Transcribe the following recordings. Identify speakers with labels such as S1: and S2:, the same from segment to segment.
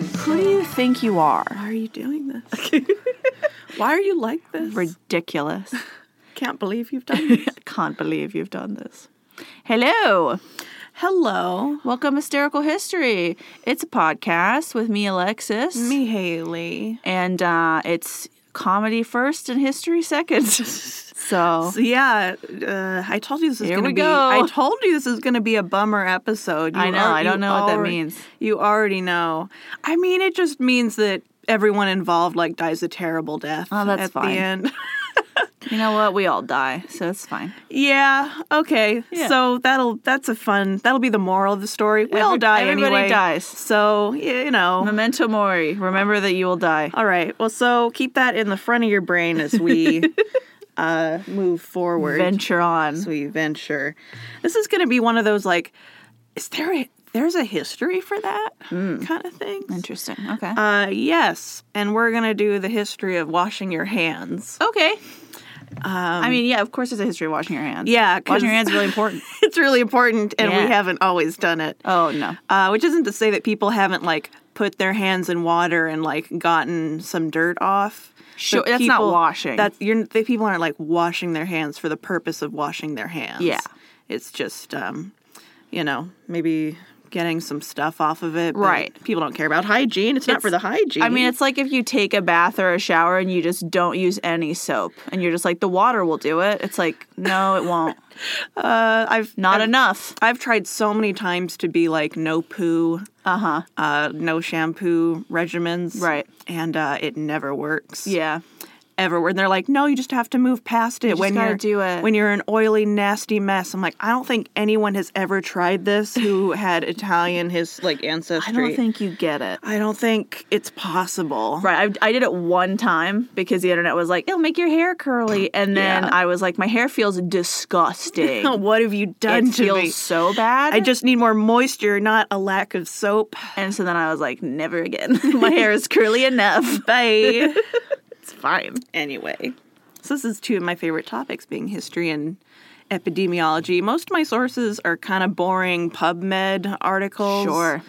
S1: you think you are?
S2: Why are you doing this? Why are you like this?
S1: Ridiculous.
S2: Can't believe you've done this.
S1: Can't believe you've done this. Hello.
S2: Hello.
S1: Welcome to Hysterical History. It's a podcast with me, Alexis.
S2: Me, Haley.
S1: And uh, it's comedy first and history second. so
S2: So yeah, uh, I told you this is
S1: Here
S2: gonna
S1: we
S2: be.
S1: go.
S2: I told you this is gonna be a bummer episode.
S1: I
S2: You
S1: know,
S2: al-
S1: I don't
S2: you
S1: know what that
S2: alre-
S1: means.
S2: You already know. I mean, it just means that everyone involved like dies a terrible death
S1: Oh, that's
S2: at
S1: fine.
S2: the end.
S1: you know what? We all die, so it's fine.
S2: yeah. Okay.
S1: Yeah.
S2: So that'll that's a fun. That'll be the moral of the story. We all
S1: Every-
S2: die
S1: everybody
S2: anyway.
S1: dies. Mm-hmm.
S2: So you know.
S1: Memento mori. Remember that you will die.
S2: All right. Well, so keep that in the front of your brain as we uh, move forward.
S1: Venture on.
S2: As we venture. This is going to be one of those like, is there a there's a history for that kind of thing?
S1: Interesting. Okay.
S2: Uh, yes, and we're gonna do the history of washing your hands.
S1: okay. I mean, yeah, of course, there's a history of washing your hands.
S2: Yeah, 'cause
S1: washing your hands is really important.
S2: It's really important, and
S1: Yeah.
S2: we haven't always done it.
S1: Oh no.
S2: Uh, which isn't to say that people haven't like put their hands in water and like gotten some dirt off.
S1: Sure,
S2: But
S1: that's not washing.
S2: That's you're the people aren't like washing their hands for the purpose of washing their hands.
S1: Yeah.
S2: it's just um, you know, maybe getting some stuff off of it. but
S1: Right.
S2: People don't care about hygiene. It's, not for the hygiene.
S1: I mean, it's like if you take a bath or a shower and you just don't use any soap, and you're just like, the water will do it. It's like, no, it won't.
S2: uh, I've
S1: Not
S2: I've,
S1: enough.
S2: I've tried so many times to be like no poo,
S1: Uh huh.
S2: uh, no shampoo regimens.
S1: Right.
S2: And uh, it never works.
S1: Yeah.
S2: ever where they're like, no, you just have to move past it
S1: just
S2: when
S1: gotta
S2: you're
S1: do it.
S2: when you're an oily, nasty mess. I'm like, I don't think anyone has ever tried this who had Italian his like
S1: I
S2: ancestry.
S1: don't think you get it.
S2: I don't think it's possible.
S1: Right. I, I did it one time because the internet was like, it'll make your hair curly. And then
S2: Yeah.
S1: I was like, my hair feels disgusting.
S2: What have you done
S1: it
S2: to
S1: feels
S2: me?
S1: so bad.
S2: I just need more moisture, not a lack of soap.
S1: and so then I was like, never again. my hair is curly enough.
S2: Bye.
S1: It's fine.
S2: anyway, so this is two of my favorite topics being history and epidemiology. Most of my sources are kind of boring PubMed articles.
S1: Sure.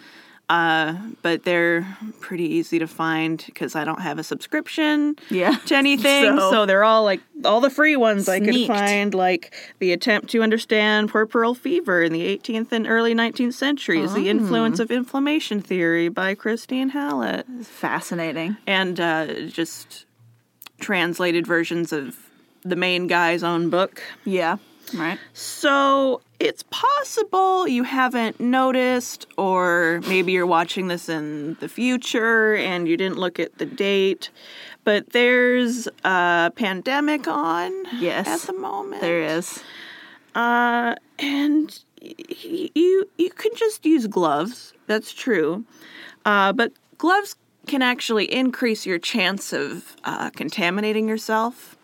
S2: uh, but they're pretty easy to find because I don't have a subscription
S1: Yeah.
S2: to anything.
S1: So-
S2: so, they're all like all the free ones I could
S1: Sneaked.
S2: find, like the attempt to understand puerperal fever in the 18th and early 19th centuries,
S1: Oh.
S2: the influence of inflammation theory by Christine Hallett,
S1: Fascinating.
S2: and uh, just translated versions of the main guy's own book.
S1: Yeah. Right.
S2: So it's possible you haven't noticed, or maybe you're watching this in the future and you didn't look at the date, but there's a pandemic on
S1: Yes.
S2: at the moment.
S1: There is.
S2: Uh, and y- y- you you can just use gloves. That's true, uh, but gloves can actually increase your chance of uh, contaminating yourself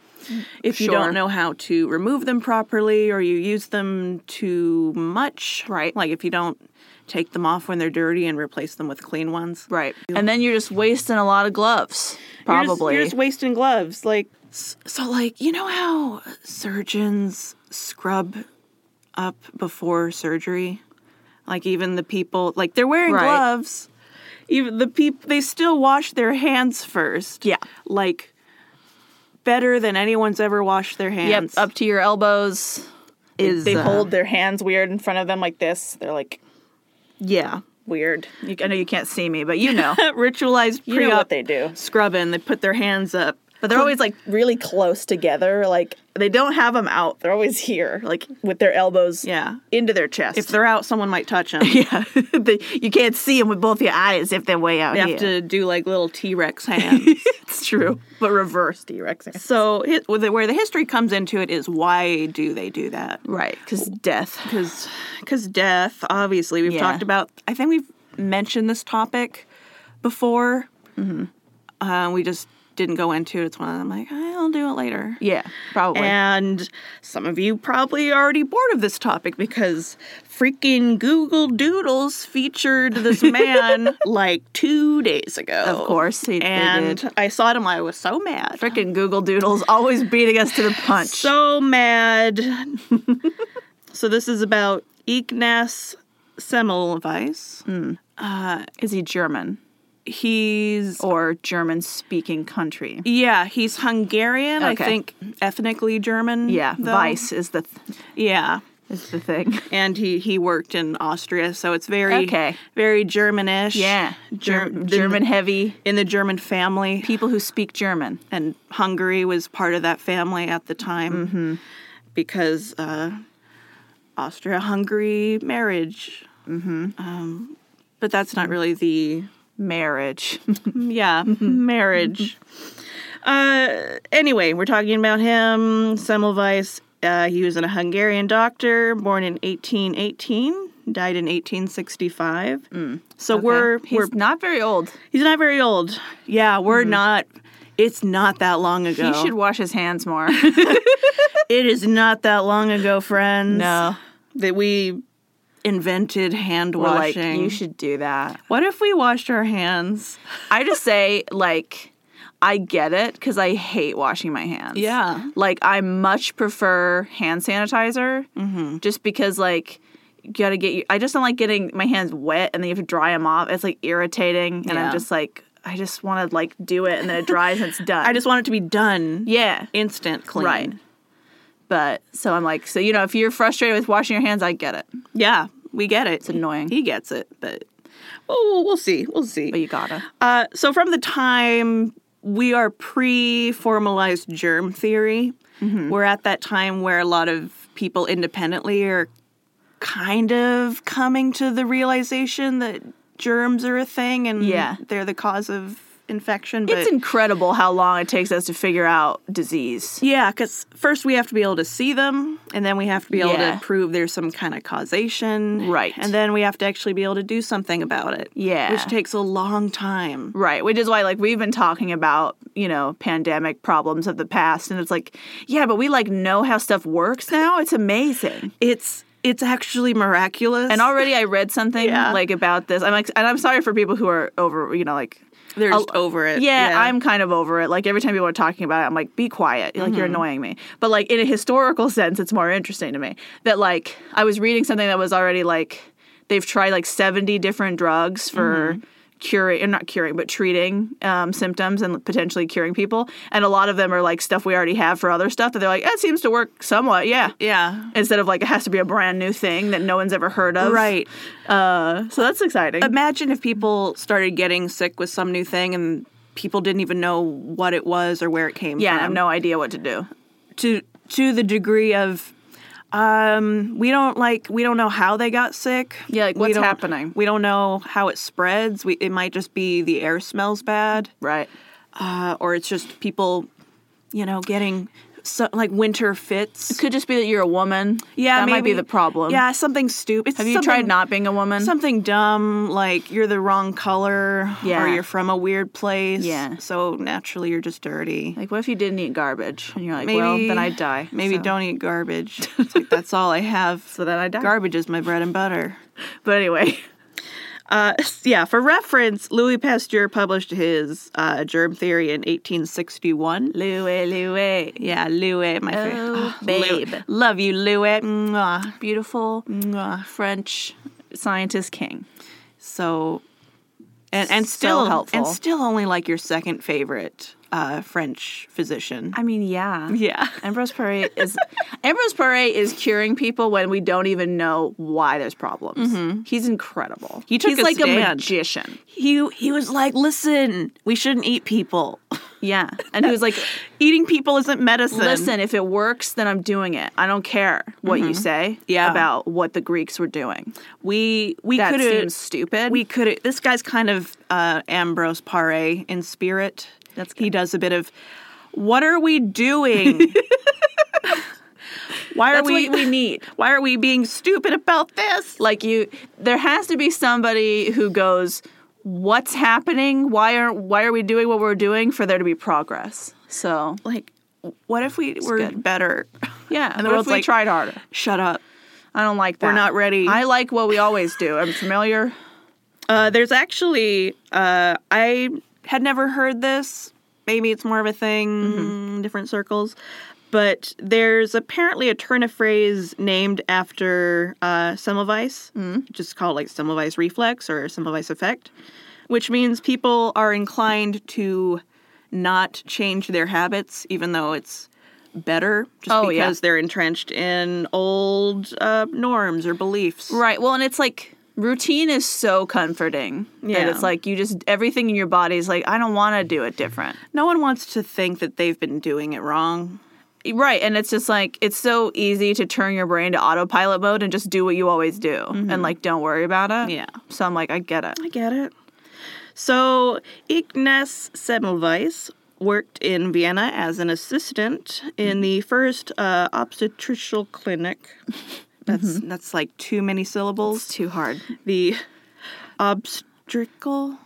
S2: if you
S1: Sure.
S2: don't know how to remove them properly or you use them too much.
S1: Right.
S2: Like if you don't take them off when they're dirty and replace them with clean ones.
S1: Right. And then you're just wasting a lot of gloves.
S2: You're just-
S1: Probably.
S2: You're just, wasting gloves. Like s- so, like you know how surgeons scrub up before surgery, like even the people like they're wearing
S1: Right.
S2: gloves. Even the people they still wash their hands first.
S1: Yeah.
S2: like better than anyone's ever washed their
S1: yep.
S2: hands.
S1: Up to your elbows. Is
S2: They hold
S1: their hands weird in front of them like this. They're like
S2: Yeah,
S1: weird. You, I know you can't see me, but you know.
S2: ritualized pre-op
S1: do.
S2: scrubbing. They put their hands up.
S1: But they're always like really close together. Like they don't have them out. They're always here, like with their elbows
S2: Yeah.
S1: into their chest.
S2: If they're out, someone might touch them.
S1: yeah, They- you can't see them with both your eyes if they're way out
S2: They
S1: here.
S2: have to do like little T Rex hands.
S1: it's true, but reverse T Rex.
S2: So hi- where the- where the history comes into it is why do they do that?
S1: Right, because death.
S2: Because death, obviously, we've
S1: Yeah.
S2: talked about. I think we've mentioned this topic before. Uh, we just didn't go into it. It's one of them like I'll do it later.
S1: Yeah, probably.
S2: And some of you probably already bored of this topic because freaking Google Doodles featured this man like two days ago.
S1: Of course, he- they
S2: and
S1: did.
S2: I saw him. I was so mad.
S1: Freaking Google Doodles always beating us to the punch.
S2: so mad. so this is about Ignaz Semmelweis.
S1: Is he German?
S2: he's
S1: or German speaking country.
S2: yeah, he's Hungarian.
S1: Okay.
S2: I think ethnically German.
S1: Yeah,
S2: though.
S1: Vice is the th-
S2: Yeah,
S1: is the thing.
S2: and he he worked in Austria, so it's very
S1: Okay.
S2: very Germanish.
S1: Yeah,
S2: Ger-
S1: Germ- German heavy
S2: in the German family,
S1: people who speak German.
S2: and Hungary was part of that family at the time
S1: Mm-hmm.
S2: because uh, Austria-Hungary marriage. Mm-hmm. Um, but that's not really the
S1: Marriage.
S2: yeah
S1: Mm-hmm.
S2: marriage. Uh, anyway, we're talking about him, Semmelweis. Uh, he was a Hungarian doctor, born in 1818, died in 1865. So
S1: Mm,
S2: we're
S1: Okay. he's
S2: we're
S1: not very old.
S2: He's not very old. Yeah, we're not. It's not that long ago.
S1: Mm-hmm. He should wash his hands more.
S2: It is not that long ago, friends.
S1: no,
S2: that we invented hand
S1: Or,
S2: washing.
S1: like you should do that.
S2: what if we washed our hands?
S1: I just say like I get it because I hate washing my hands.
S2: Yeah.
S1: Like I much prefer hand sanitizer
S2: Mm-hmm.
S1: just because like you gotta get you I just don't like getting my hands wet and then you have to dry them off. It's like irritating and
S2: Yeah.
S1: I'm just like I just want to like do it and then it dries and it's done.
S2: I just want it to be done.
S1: yeah.
S2: Instant clean.
S1: Right. But so I'm like so you know if you're frustrated with washing your hands I get it.
S2: Yeah, we get it. It's
S1: annoying.
S2: He gets it, but well, we'll, we'll see. We'll see.
S1: But you gotta.
S2: Uh, so from the time we are pre-formalized germ theory,
S1: Mm-hmm.
S2: we're at that time where a lot of people independently are kind of coming to the realization that germs are a thing and
S1: Yeah.
S2: they're the cause of infection. But
S1: It's incredible how long it takes us to figure out disease.
S2: yeah, because first we have to be able to see them, and then we have to be able
S1: Yeah.
S2: to prove there's some kind of causation.
S1: Right.
S2: And then we have to actually be able to do something about it.
S1: Yeah.
S2: Which takes a long time.
S1: Right, which is why like we've been talking about, you know, pandemic problems of the past and it's like, yeah, but we like know how stuff works now. It's amazing.
S2: It's it's actually miraculous.
S1: And already I read something
S2: Yeah.
S1: like about this. I'm like and I'm sorry for people who are over, you know, like
S2: They're
S1: I'll-
S2: just over it.
S1: yeah, I'm kind of over it. Like every time people are talking about it, I'm like, be quiet. Like you're annoying me. But like in a historical sense, it's more interesting to me that like I was reading something that was already like they've tried like 70 different drugs for curing, or not curing, but treating um, symptoms and potentially curing people. And a lot of them are like stuff we already have for other stuff that they're like, that seems to work somewhat. Yeah.
S2: Yeah.
S1: Instead of like it has to be a brand new thing that no one's ever heard of.
S2: Right.
S1: Uh, so that's exciting.
S2: Imagine if people started getting sick with some new thing and people didn't even know what it was or where it came
S1: yeah, I have
S2: from.
S1: no idea what to do.
S2: to to the degree of um we don't like we don't know how they got sick.
S1: Yeah, like,
S2: We
S1: what's
S2: don't-
S1: happening?
S2: We don't know how it spreads. We it might just be the air smells bad.
S1: Right.
S2: Uh, or it's just people, you know, getting so, like winter fits.
S1: Could just be that you're a woman. that might be the problem.
S2: Yeah, something stupid.
S1: Have you tried not being a woman?
S2: something dumb like you're the wrong color
S1: Yeah.
S2: or you're from a weird place
S1: Yeah.
S2: so naturally you're just dirty
S1: like, what if you didn't eat garbage? And you're like, well, then I'd die.
S2: maybe
S1: So-
S2: don't eat garbage It's like, that's all i have
S1: So then I'd die.
S2: garbage is my bread and butter
S1: but anyway,
S2: uh, yeah for reference louis pasteur published his uh, germ theory in 1861
S1: Louie, Louie,
S2: yeah louis my favorite Ah,
S1: Oh,
S2: Louis.
S1: babe.
S2: love you louis Mwah.
S1: beautiful
S2: Mwah.
S1: French scientist king.
S2: so and, and
S1: So
S2: still
S1: helpful.
S2: and still only like your second favorite uh, french physician
S1: I mean, yeah.
S2: Yeah.
S1: Ambrose Paré is Ambrose Paré is curing people when we don't even know why there's problems. He's incredible.
S2: He took
S1: He's
S2: a
S1: like Mm-hmm. a
S2: stand.
S1: magician.
S2: He he was like, "Listen, we shouldn't eat people.
S1: Yeah, and he was like,
S2: Eating people isn't medicine."
S1: Listen, Mm-hmm. if it works, then I'm doing it. I don't care what you say
S2: Yeah.
S1: about what the Greeks were doing.
S2: we we
S1: That
S2: could
S1: seems
S2: have
S1: stupid.
S2: we could have this guy's kind of uh, Ambrose Paré in spirit.
S1: That's
S2: he does a bit of what are we doing? why are
S1: That's
S2: we
S1: what we need.
S2: why are we being stupid about this?
S1: Like you, there has to be somebody who goes, "What's happening? Why aren't? Why are we doing what we're doing for there to be progress?" So
S2: Like what if we were
S1: good.
S2: better?
S1: yeah,
S2: And the
S1: what if
S2: world's
S1: we
S2: like-
S1: tried harder?
S2: Shut up.
S1: I don't like that.
S2: not ready.
S1: I like what we always do. I'm familiar.
S2: Uh, there's actually uh, I had never heard this. Maybe it's more of a thing
S1: Mm-hmm.
S2: in different circles, but there's apparently a turn of phrase named
S1: Mm-hmm.
S2: after uh, Semmelweis, just called like Semmelweis reflex or Semmelweis effect, which means people are inclined to not change their habits, even though it's better, just
S1: Oh,
S2: because
S1: yeah.
S2: they're entrenched in old uh, norms or beliefs.
S1: Right. Well, and it's like routine is so comforting.
S2: Yeah.
S1: That it's like you just everything in your body is like I don't want to do it different.
S2: No one wants to think that they've been doing it wrong.
S1: Right. And it's just like it's so easy to turn your brain to autopilot mode and just do what you always do and like don't worry about it.
S2: Yeah.
S1: So I'm like I get it.
S2: I get it. So Ignaz Semmelweis worked in Vienna as an assistant in the first uh, obstetricial clinic. That's that's like too many syllables.
S1: It's too hard.
S2: The obstetrical.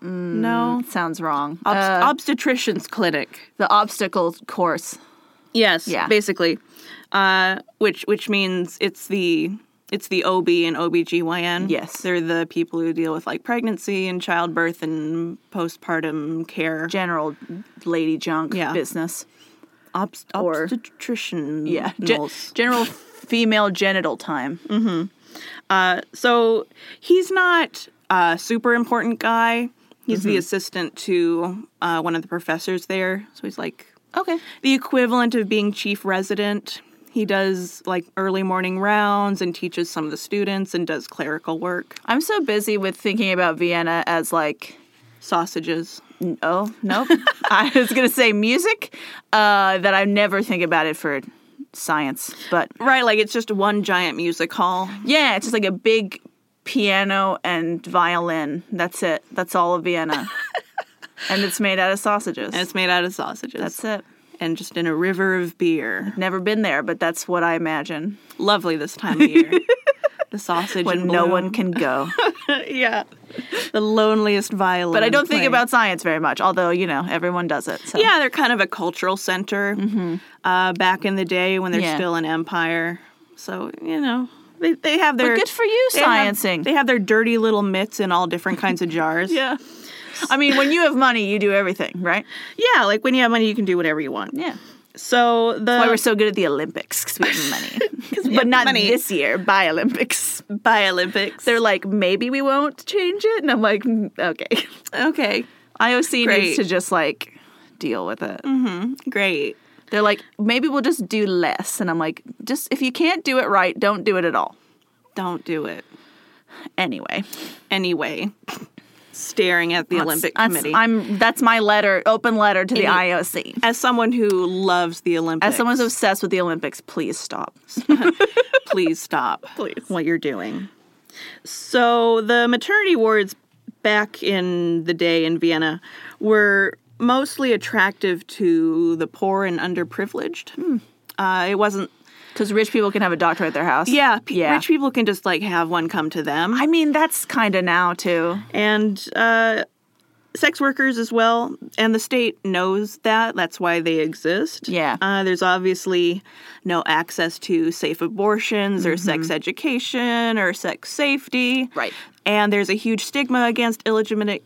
S2: No.
S1: Sounds wrong.
S2: Obst-
S1: Uh,
S2: obstetricians clinic.
S1: the obstacle course.
S2: Yes,
S1: Yeah.
S2: basically. Uh, which which means it's the it's the OB and OBGYN.
S1: Yes.
S2: They're the people who deal with like pregnancy and childbirth and postpartum care.
S1: General lady junk
S2: Yeah.
S1: business.
S2: Obst-
S1: or-
S2: obstetrician.
S1: Yeah. Gen- general female genital time.
S2: Uh, so he's not a super important guy. He's
S1: Mm-hmm.
S2: the assistant to uh, one of the professors there. So he's like
S1: Okay.
S2: the equivalent of being chief resident. He does like early morning rounds and teaches some of the students and does clerical work,
S1: I'm so busy with thinking about Vienna as like
S2: sausages.
S1: Oh, nope. I was going to say music, uh, that I never think about it for science. But
S2: Right, like it's just one giant music hall.
S1: yeah, it's just like a big piano and violin. That's it. That's all of Vienna. and it's made out of sausages.
S2: And it's made out of sausages.
S1: that's it.
S2: And just in a river of beer.
S1: Never been there, but that's what I imagine
S2: Lovely this time of year. the sausage
S1: when
S2: in
S1: no
S2: bloom.
S1: one can go.
S2: yeah. The loneliest violin.
S1: But I don't think
S2: playing.
S1: about science very much, although, you know, everyone does it. So.
S2: Yeah, they're kind of a cultural center uh, back in the day when they're
S1: Yeah.
S2: still an empire. So, you know, they, they have their.
S1: But good for you,
S2: they have-
S1: sciencing.
S2: they have their dirty little mitts in all different kinds of jars.
S1: yeah. I mean, when you have money, you do everything, right?
S2: Yeah, like when you have money, you can do whatever you want.
S1: Yeah.
S2: So the.
S1: why we're so good at the Olympics because we have money. but not
S2: money.
S1: this year, by Olympics.
S2: by Olympics.
S1: They're like, maybe we won't change it. And I'm like, "Mm, okay.
S2: okay,
S1: IOC
S2: Great. Mm-hmm.
S1: needs to just like deal with it.
S2: great.
S1: They're like, maybe we'll just do less. And I'm like, just if you can't do it right, don't do it at all.
S2: Don't do it
S1: Anyway,
S2: anyway. Staring at the Olympic
S1: that's,
S2: committee.
S1: I'm that's my letter, open letter to the
S2: Idiot.
S1: IOC.
S2: as someone who loves the Olympics,
S1: As someone who's obsessed with the Olympics, please stop.
S2: please stop
S1: Please.
S2: what you're doing. So the maternity wards back in the day in Vienna were mostly attractive to the poor and underprivileged. Uh, it wasn't.
S1: Because rich people can have a doctor at their house.
S2: Yeah, pe-
S1: yeah.
S2: rich people can just like have one come to them,
S1: I mean, that's kind of now too.
S2: and uh, sex workers as well. And the state knows that. That's why they exist.
S1: Yeah.
S2: Uh, there's obviously no access to safe abortions or sex education or sex safety.
S1: Mm-hmm. Right.
S2: And there's a huge stigma against illegitimate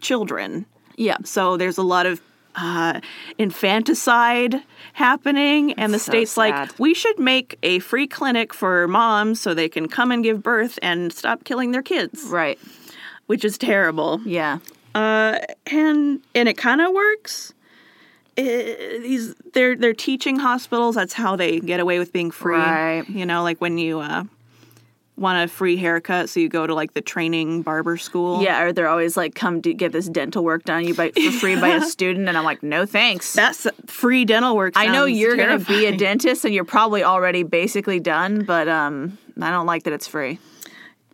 S2: children.
S1: Yeah.
S2: So there's a lot of uh, infanticide happening, and the
S1: so
S2: state's
S1: sad.
S2: like, we should make a free clinic for moms so they can come and give birth and stop killing their kids,
S1: Right.
S2: which is terrible.
S1: Yeah.
S2: Uh, and and it kind of works. Eh, these they're they're teaching hospitals. That's how they get away with being free.
S1: Right.
S2: You know, like when you uh, want a free haircut, so you go to like the training barber school.
S1: Yeah, or they're always like, "Come do, get this dental work done you by, for free by a student," and I'm like, "No, thanks."
S2: that's free dental work.
S1: I know
S2: sounds
S1: you're gonna be a
S2: terrifying.
S1: dentist, and you're probably already basically done, but um, I don't like that it's free.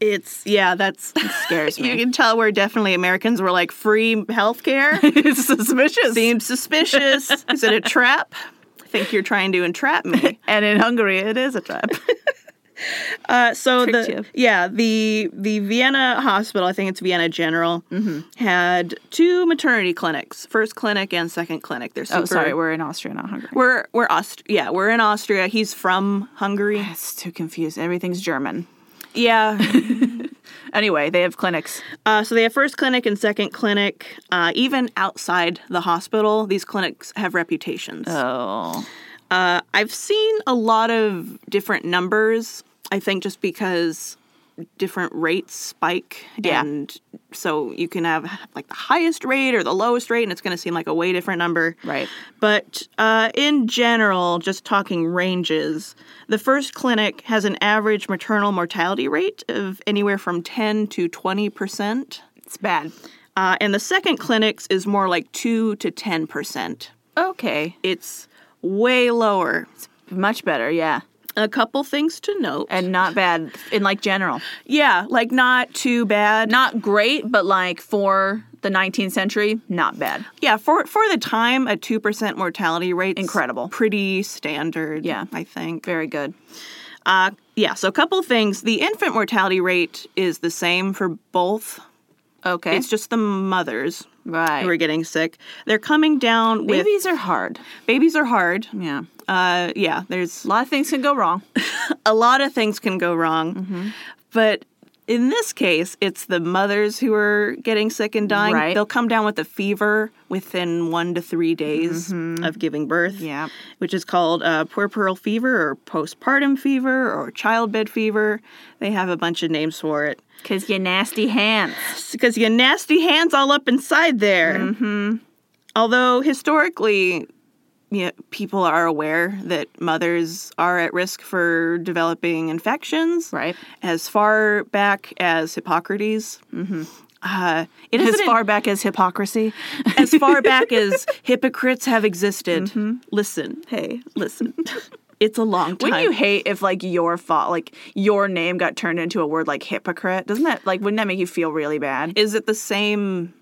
S2: It's yeah, that's
S1: scares
S2: you
S1: me.
S2: can tell we're definitely Americans. We're like free healthcare.
S1: it's suspicious.
S2: Seems suspicious. Is it a trap? I think you're trying to entrap me.
S1: And in Hungary, it is a trap.
S2: Uh, so
S1: Tricked
S2: the
S1: you.
S2: yeah the the Vienna hospital, I think it's Vienna General,
S1: Mm-hmm.
S2: had two maternity clinics, first clinic and second clinic. They're super.
S1: oh, sorry, we're in Austria, not Hungary.
S2: we're we're Aust- yeah we're in Austria. He's from Hungary.
S1: It's too confused. Everything's German.
S2: Yeah,
S1: Anyway, they have clinics.
S2: Uh, so they have first clinic and second clinic. Uh, even outside the hospital, these clinics have reputations.
S1: Oh,
S2: Uh, I've seen a lot of different numbers. I think just because different rates spike
S1: Yeah.
S2: and so you can have like the highest rate or the lowest rate and it's going to seem like a way different number
S1: Right.
S2: but uh, in general just talking ranges the first clinic has an average maternal mortality rate of anywhere from 10 to 20 percent
S1: It's bad.
S2: uh, and the second clinic's is more like 2 to 10 percent
S1: Okay.
S2: it's way lower
S1: Much better, yeah.
S2: a couple things to note
S1: And not bad in like general.
S2: yeah like not too bad
S1: Not great, but like for the 19th century, not bad.
S2: Yeah, for for the time, a two percent mortality rate
S1: Incredible.
S2: pretty standard.
S1: Yeah.
S2: I think.
S1: Very good.
S2: Uh, yeah, so a couple things. The infant mortality rate is the same for both.
S1: Okay.
S2: It's just the mothers
S1: right.
S2: who are getting sick. They're coming down with
S1: Babies are hard.
S2: babies are hard.
S1: Yeah.
S2: Uh, yeah, there's
S1: A lot of things can go wrong.
S2: a lot of things can go wrong,
S1: Mm-hmm.
S2: but. In this case, it's the mothers who are getting sick and dying.
S1: Right.
S2: They'll come down with a fever within one to three days of giving birth.
S1: Mm-hmm. Yeah.
S2: which is called uh, puerperal fever or postpartum fever or childbed fever. They have a bunch of names for it
S1: Because you nasty hands.
S2: because your nasty hands all up inside there. Mm-hmm. Although historically, you know, people are aware that mothers are at risk for developing infections.
S1: Right.
S2: As far back as Hippocrates. Mm-hmm. Uh, it
S1: As
S2: isn't-
S1: far back as hypocrisy.
S2: as far back as hypocrites have existed. Listen, Mm-hmm. hey, listen. It's a long time.
S1: Wouldn't you hate if like your fault, like your name got turned into a word like hypocrite? Doesn't that like wouldn't that make you feel really bad?
S2: is it the same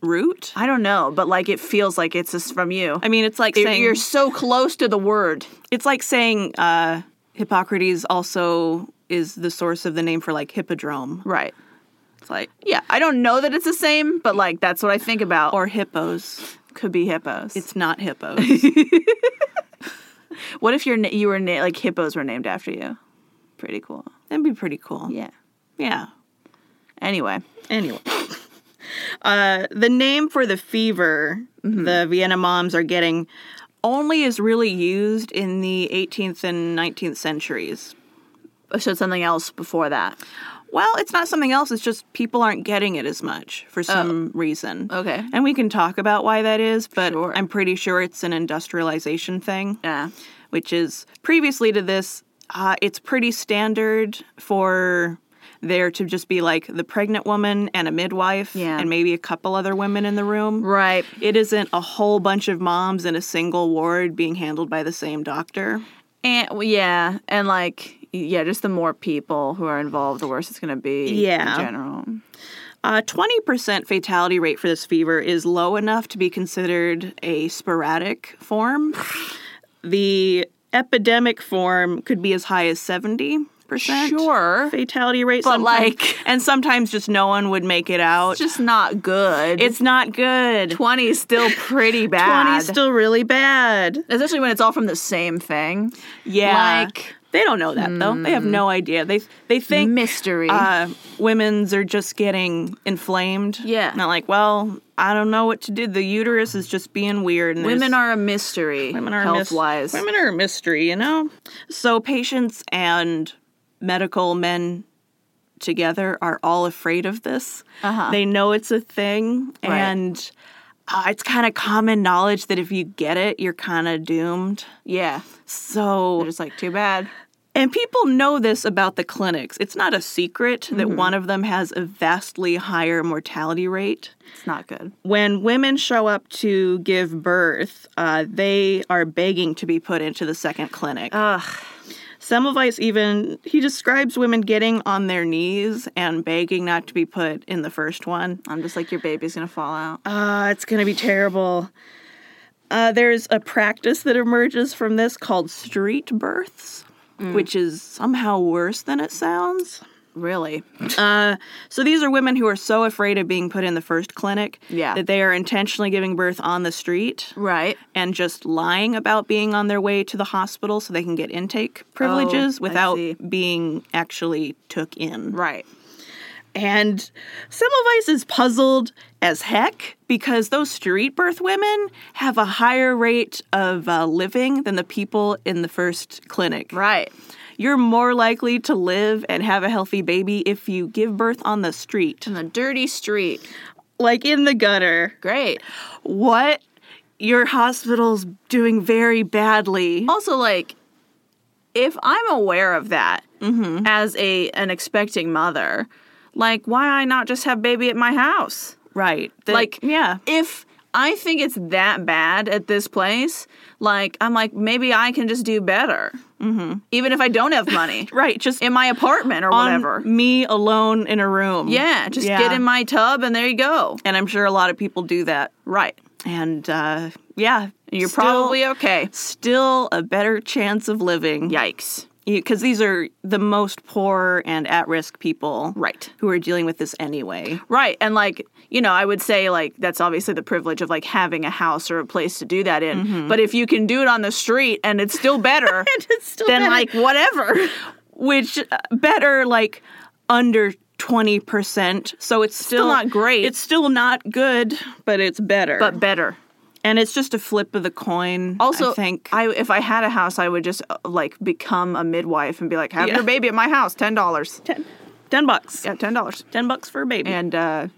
S2: root?
S1: I don't know, but like it feels like it's just from you.
S2: I mean, it's like
S1: You're-
S2: saying
S1: You're so close to the word.
S2: it's like saying uh, Hippocrates also is the source of the name for like hippodrome.
S1: Right.
S2: It's like
S1: Yeah, I don't know that it's the same, but like that's what I think about. Or
S2: or hippos.
S1: could be hippos.
S2: It's not hippos.
S1: what if your na- you were na- like hippos were named after you? Pretty cool.
S2: That'd be pretty cool.
S1: Yeah.
S2: Yeah.
S1: Anyway,
S2: Anyway. Uh, the name for the fever
S1: Mm-hmm.
S2: the Vienna moms are getting only is really used in the 18th and 19th centuries.
S1: so something else before that.
S2: Well, it's not something else. It's just people aren't getting it as much for some reason.
S1: Oh. Okay.
S2: And we can talk about why that is, but
S1: Sure. Uh,
S2: I'm pretty sure it's an industrialization thing,
S1: Yeah.
S2: which is previously to this, uh, it's pretty standard for there to just be like the pregnant woman and a midwife
S1: Yeah.
S2: and maybe a couple other women in the room.
S1: Right.
S2: It isn't a whole bunch of moms in a single ward being handled by the same doctor.
S1: And well, yeah, and like yeah, just the more people who are involved, the worse it's going to be.
S2: Yeah.
S1: In general.
S2: A 20% fatality rate for this fever is low enough to be considered a sporadic form. the epidemic form could be as high as 70%.
S1: Sure.
S2: Fatality rate,
S1: But,
S2: sometimes-
S1: like-
S2: and sometimes just no one would make it out.
S1: It's just not good.
S2: It's not good.
S1: 20 is still pretty bad.
S2: 20 is still really bad.
S1: Especially when it's all from the same thing.
S2: Yeah, Mm.
S1: Like-
S2: they don't know that though. They have no idea. They they think
S1: Mystery.
S2: uh, women's are just getting inflamed.
S1: Yeah.
S2: Not like, well, I don't know what to do. The uterus is just being weird. And
S1: women
S2: there's-
S1: are a mystery.
S2: women are a
S1: health
S2: mys-
S1: wise.
S2: Women are a mystery, you know. So patients and medical men together are all afraid of this.
S1: Uh-huh.
S2: They know it's a thing,
S1: Right.
S2: and uh, it's kind of common knowledge that if you get it, you're kind of doomed.
S1: Yeah.
S2: So
S1: They're just like, too bad.
S2: and people know this about the clinics. It's not a secret that one of them has a vastly higher mortality rate.
S1: It's not good.
S2: When women show up to give birth, uh, they are begging to be put into the second clinic.
S1: Ugh.
S2: Semmelweis even he describes women getting on their knees and begging not to be put in the first one.
S1: I'm just like, your baby's going to fall out.
S2: Ah, it's gonna be terrible. Uh, there's a practice that emerges from this called street births, which is somehow worse than it sounds.
S1: Really?
S2: Uh, so these are women who are so afraid of being put in the first clinic
S1: Yeah.
S2: that they are intentionally giving birth on the street
S1: Right.
S2: and just lying about being on their way to the hospital so they can get intake privileges
S1: Oh, I
S2: without
S1: see.
S2: being actually took in.
S1: Right.
S2: And Semmelweis is puzzled as heck because those street birth women have a higher rate of uh, living than the people in the first clinic.
S1: Right.
S2: You're more likely to live and have a healthy baby if you give birth on the street,
S1: In the dirty street.
S2: like in the gutter.
S1: Great.
S2: What? Your hospital's doing very badly.
S1: Also, like, if I'm aware of that
S2: Mm-hmm.
S1: as a an expecting mother, like, why I not just have baby at my house?
S2: Right. That-
S1: like,
S2: yeah.
S1: If I think it's that bad at this place, like, I'm like, maybe I can just do better, mm-hmm. even if I don't have money
S2: Right. Just
S1: in my apartment or
S2: on
S1: whatever.
S2: me alone in a room.
S1: Yeah, just
S2: Yeah.
S1: get in my tub and there you go.
S2: And I'm sure a lot of people do that.
S1: Right.
S2: And uh, yeah,
S1: You're
S2: still-
S1: probably okay.
S2: still a better chance of living.
S1: Yikes.
S2: Because these are the most poor and at risk people.
S1: Right.
S2: Who are dealing with this anyway.
S1: Right. And like, you know, I would say like that's obviously the privilege of like having a house or a place to do that in.
S2: Mm-hmm.
S1: But if you can do it on the street and it's still better, then like whatever.
S2: which uh, better like under 20%. So it's still,
S1: not great.
S2: It's still not good, but it's better.
S1: But better.
S2: and it's just a flip of the coin.
S1: Also,
S2: I think
S1: if I had a house, I would just uh, like become a midwife and be like, have
S2: Yeah.
S1: your baby at my house, ten dollars.
S2: 10, 10 bucks.
S1: Yeah, ten dollars.
S2: 10 bucks for a baby.
S1: And uh,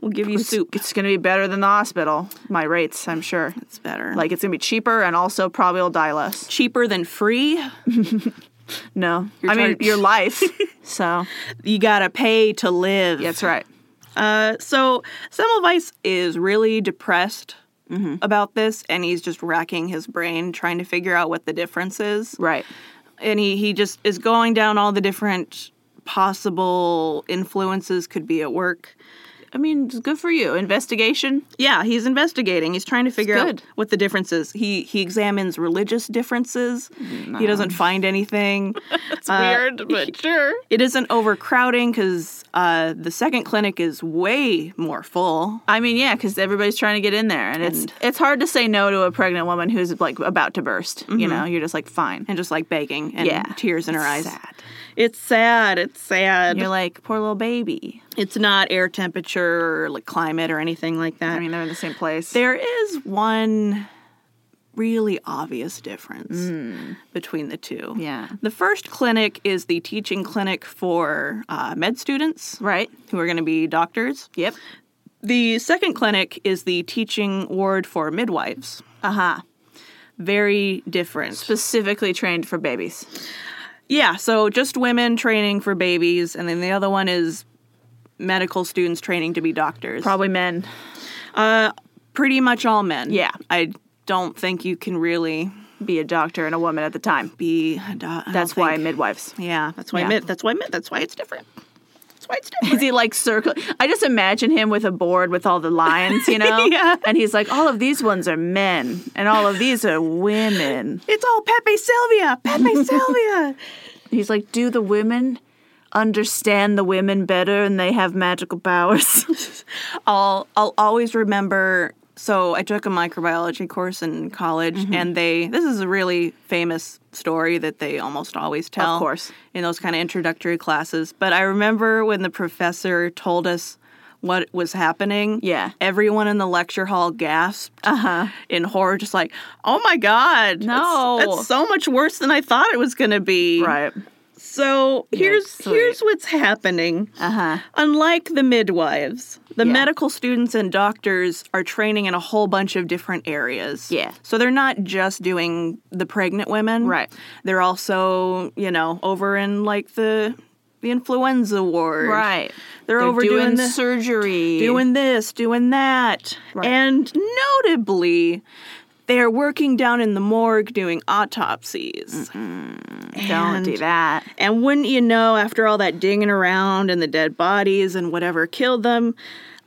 S2: we'll give you
S1: it's,
S2: soup.
S1: it's gonna be better than the hospital. My rates, I'm sure.
S2: It's better.
S1: Like it's gonna be cheaper and also probably will die less.
S2: cheaper than free.
S1: No, I mean
S2: charged-
S1: your life. so
S2: You got to pay to live.
S1: that's right.
S2: Uh, so Semmelweis is really depressed about this, and he's just racking his brain trying to figure out what the difference is.
S1: Right.
S2: And he he just is going down all the different possible influences could be at work.
S1: I mean, it's good for you. Investigation.
S2: Yeah, he's investigating. He's trying to figure out
S1: good.
S2: what the difference is. He he examines religious differences. He doesn't find anything. Uh,
S1: It's weird, but sure.
S2: it isn't overcrowding because uh, the second clinic is way more full.
S1: I mean, yeah, because everybody's trying to get in there, and it's it's hard to say no to a pregnant woman who's like about to burst. You know, you're just like fine.
S2: and just like begging and
S1: Yeah.
S2: tears in her eyes.
S1: Sad.
S2: It's sad. It's sad.
S1: You're like poor little baby.
S2: it's not air temperature or like climate or anything like that.
S1: I mean, they're in the same place.
S2: there is one really obvious difference between the two.
S1: Hmm. Yeah.
S2: The first clinic is the teaching clinic for uh, med students
S1: right.
S2: who are going to be doctors.
S1: Yep.
S2: The second clinic is the teaching ward for midwives.
S1: Uh huh.
S2: Very different.
S1: Specifically trained for babies.
S2: Yeah, so just women training for babies, and then the other one is medical students training to be doctors.
S1: Probably men.
S2: Pretty much all men.
S1: Yeah.
S2: I don't think you can really
S1: Be a doctor and a woman at the time.
S2: be a doctor.
S1: That's why midwives.
S2: Yeah, that's why.
S1: Yeah.
S2: Mid, that's why. Mid, that's why it's different. That's why it's
S1: Is
S2: different.
S1: he like circle? I just imagine him with a board with all the lines, you know?
S2: Yeah.
S1: And he's like, all of these ones are men, and all of these are women.
S2: it's all Pepe Sylvia. Pepe Sylvia.
S1: He's like, do the women understand the women better and they have magical powers?
S2: I'll I'll always remember. So I took a microbiology course in college, and they this is a really famous story that they almost always tell,
S1: course.
S2: in those kind of introductory classes. But I remember when the professor told us what was happening.
S1: Yeah.
S2: everyone in the lecture hall gasped
S1: Uh-huh.
S2: in horror, just like, "Oh my god, that's-
S1: No.
S2: that's, so much worse than I thought it was going to be."
S1: right.
S2: So here's
S1: sweet.
S2: here's what's happening.
S1: Uh huh.
S2: Unlike the midwives, the
S1: Yeah.
S2: medical students and doctors are training in a whole bunch of different areas.
S1: Yeah.
S2: So they're not just doing the pregnant women.
S1: Right.
S2: They're also, you know, over in like the the influenza ward.
S1: Right.
S2: They're, over doing
S1: doing
S2: the
S1: surgery.
S2: doing this, doing that.
S1: Right.
S2: And notably, they're working down in the morgue doing autopsies.
S1: Mm-hmm. Don't
S2: and-
S1: do that.
S2: And wouldn't you know, after all that dinging around and the dead bodies and whatever killed them,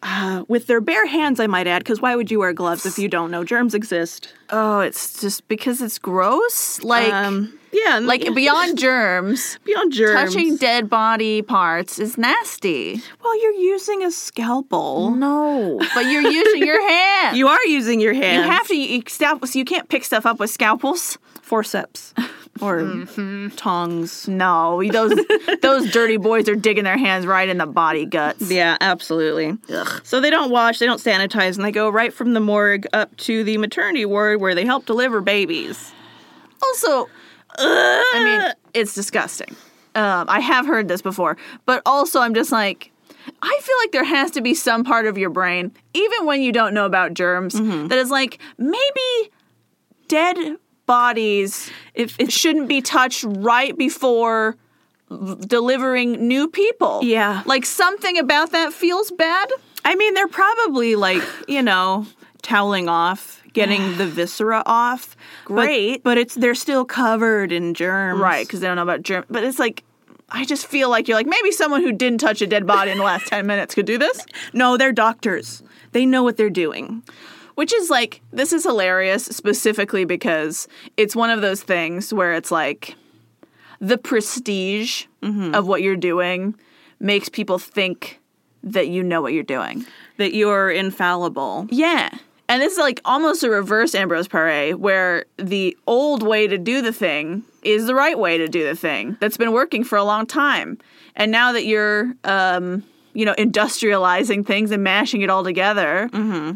S2: uh, with their bare hands, I might add, because why would you wear gloves if you don't know germs exist?
S1: Oh, it's just because it's gross. Like,
S2: Um, yeah, and
S1: like beyond germs,
S2: beyond germs.
S1: touching dead body parts is nasty.
S2: Well, you're using a scalpel.
S1: Oh, No, but you're using your hand.
S2: You are using your
S1: You
S2: hands.
S1: have to you, scalp, so you can't pick stuff up with scalpels.
S2: forceps or
S1: Mm-hmm.
S2: tongs.
S1: No, those those dirty boys are digging their hands right in the body guts.
S2: Yeah, absolutely. So they don't wash, they don't sanitize, and they go right from the morgue up to the maternity ward where they help deliver babies.
S1: Also, I mean, it's disgusting. Um, I have heard this before, but also I'm just like, I feel like there has to be some part of your brain, even when you don't know about germs,
S2: Mm-hmm.
S1: that is like maybe dead bodies
S2: If it's
S1: shouldn't be touched right before delivering new people.
S2: Yeah.
S1: like something about that feels bad.
S2: I mean, they're probably like, you know, toweling off, getting the viscera off. but-
S1: Great.
S2: But, it's they're still covered in germs.
S1: Right, because they don't know about germ. But it's like, I just feel like you're like maybe someone who didn't touch a dead body in the last ten minutes could do this,
S2: No, they're doctors. They know what they're doing.
S1: which is like this is hilarious specifically because it's one of those things where it's like the prestige of what you're doing makes people think that you know what you're doing.
S2: That you're infallible.
S1: Yeah. And this is like almost a reverse Ambrose Paré, where the old way to do the thing is the right way to do the thing that's been working for a long time. And now that you're, um, you know, industrializing things and mashing it all together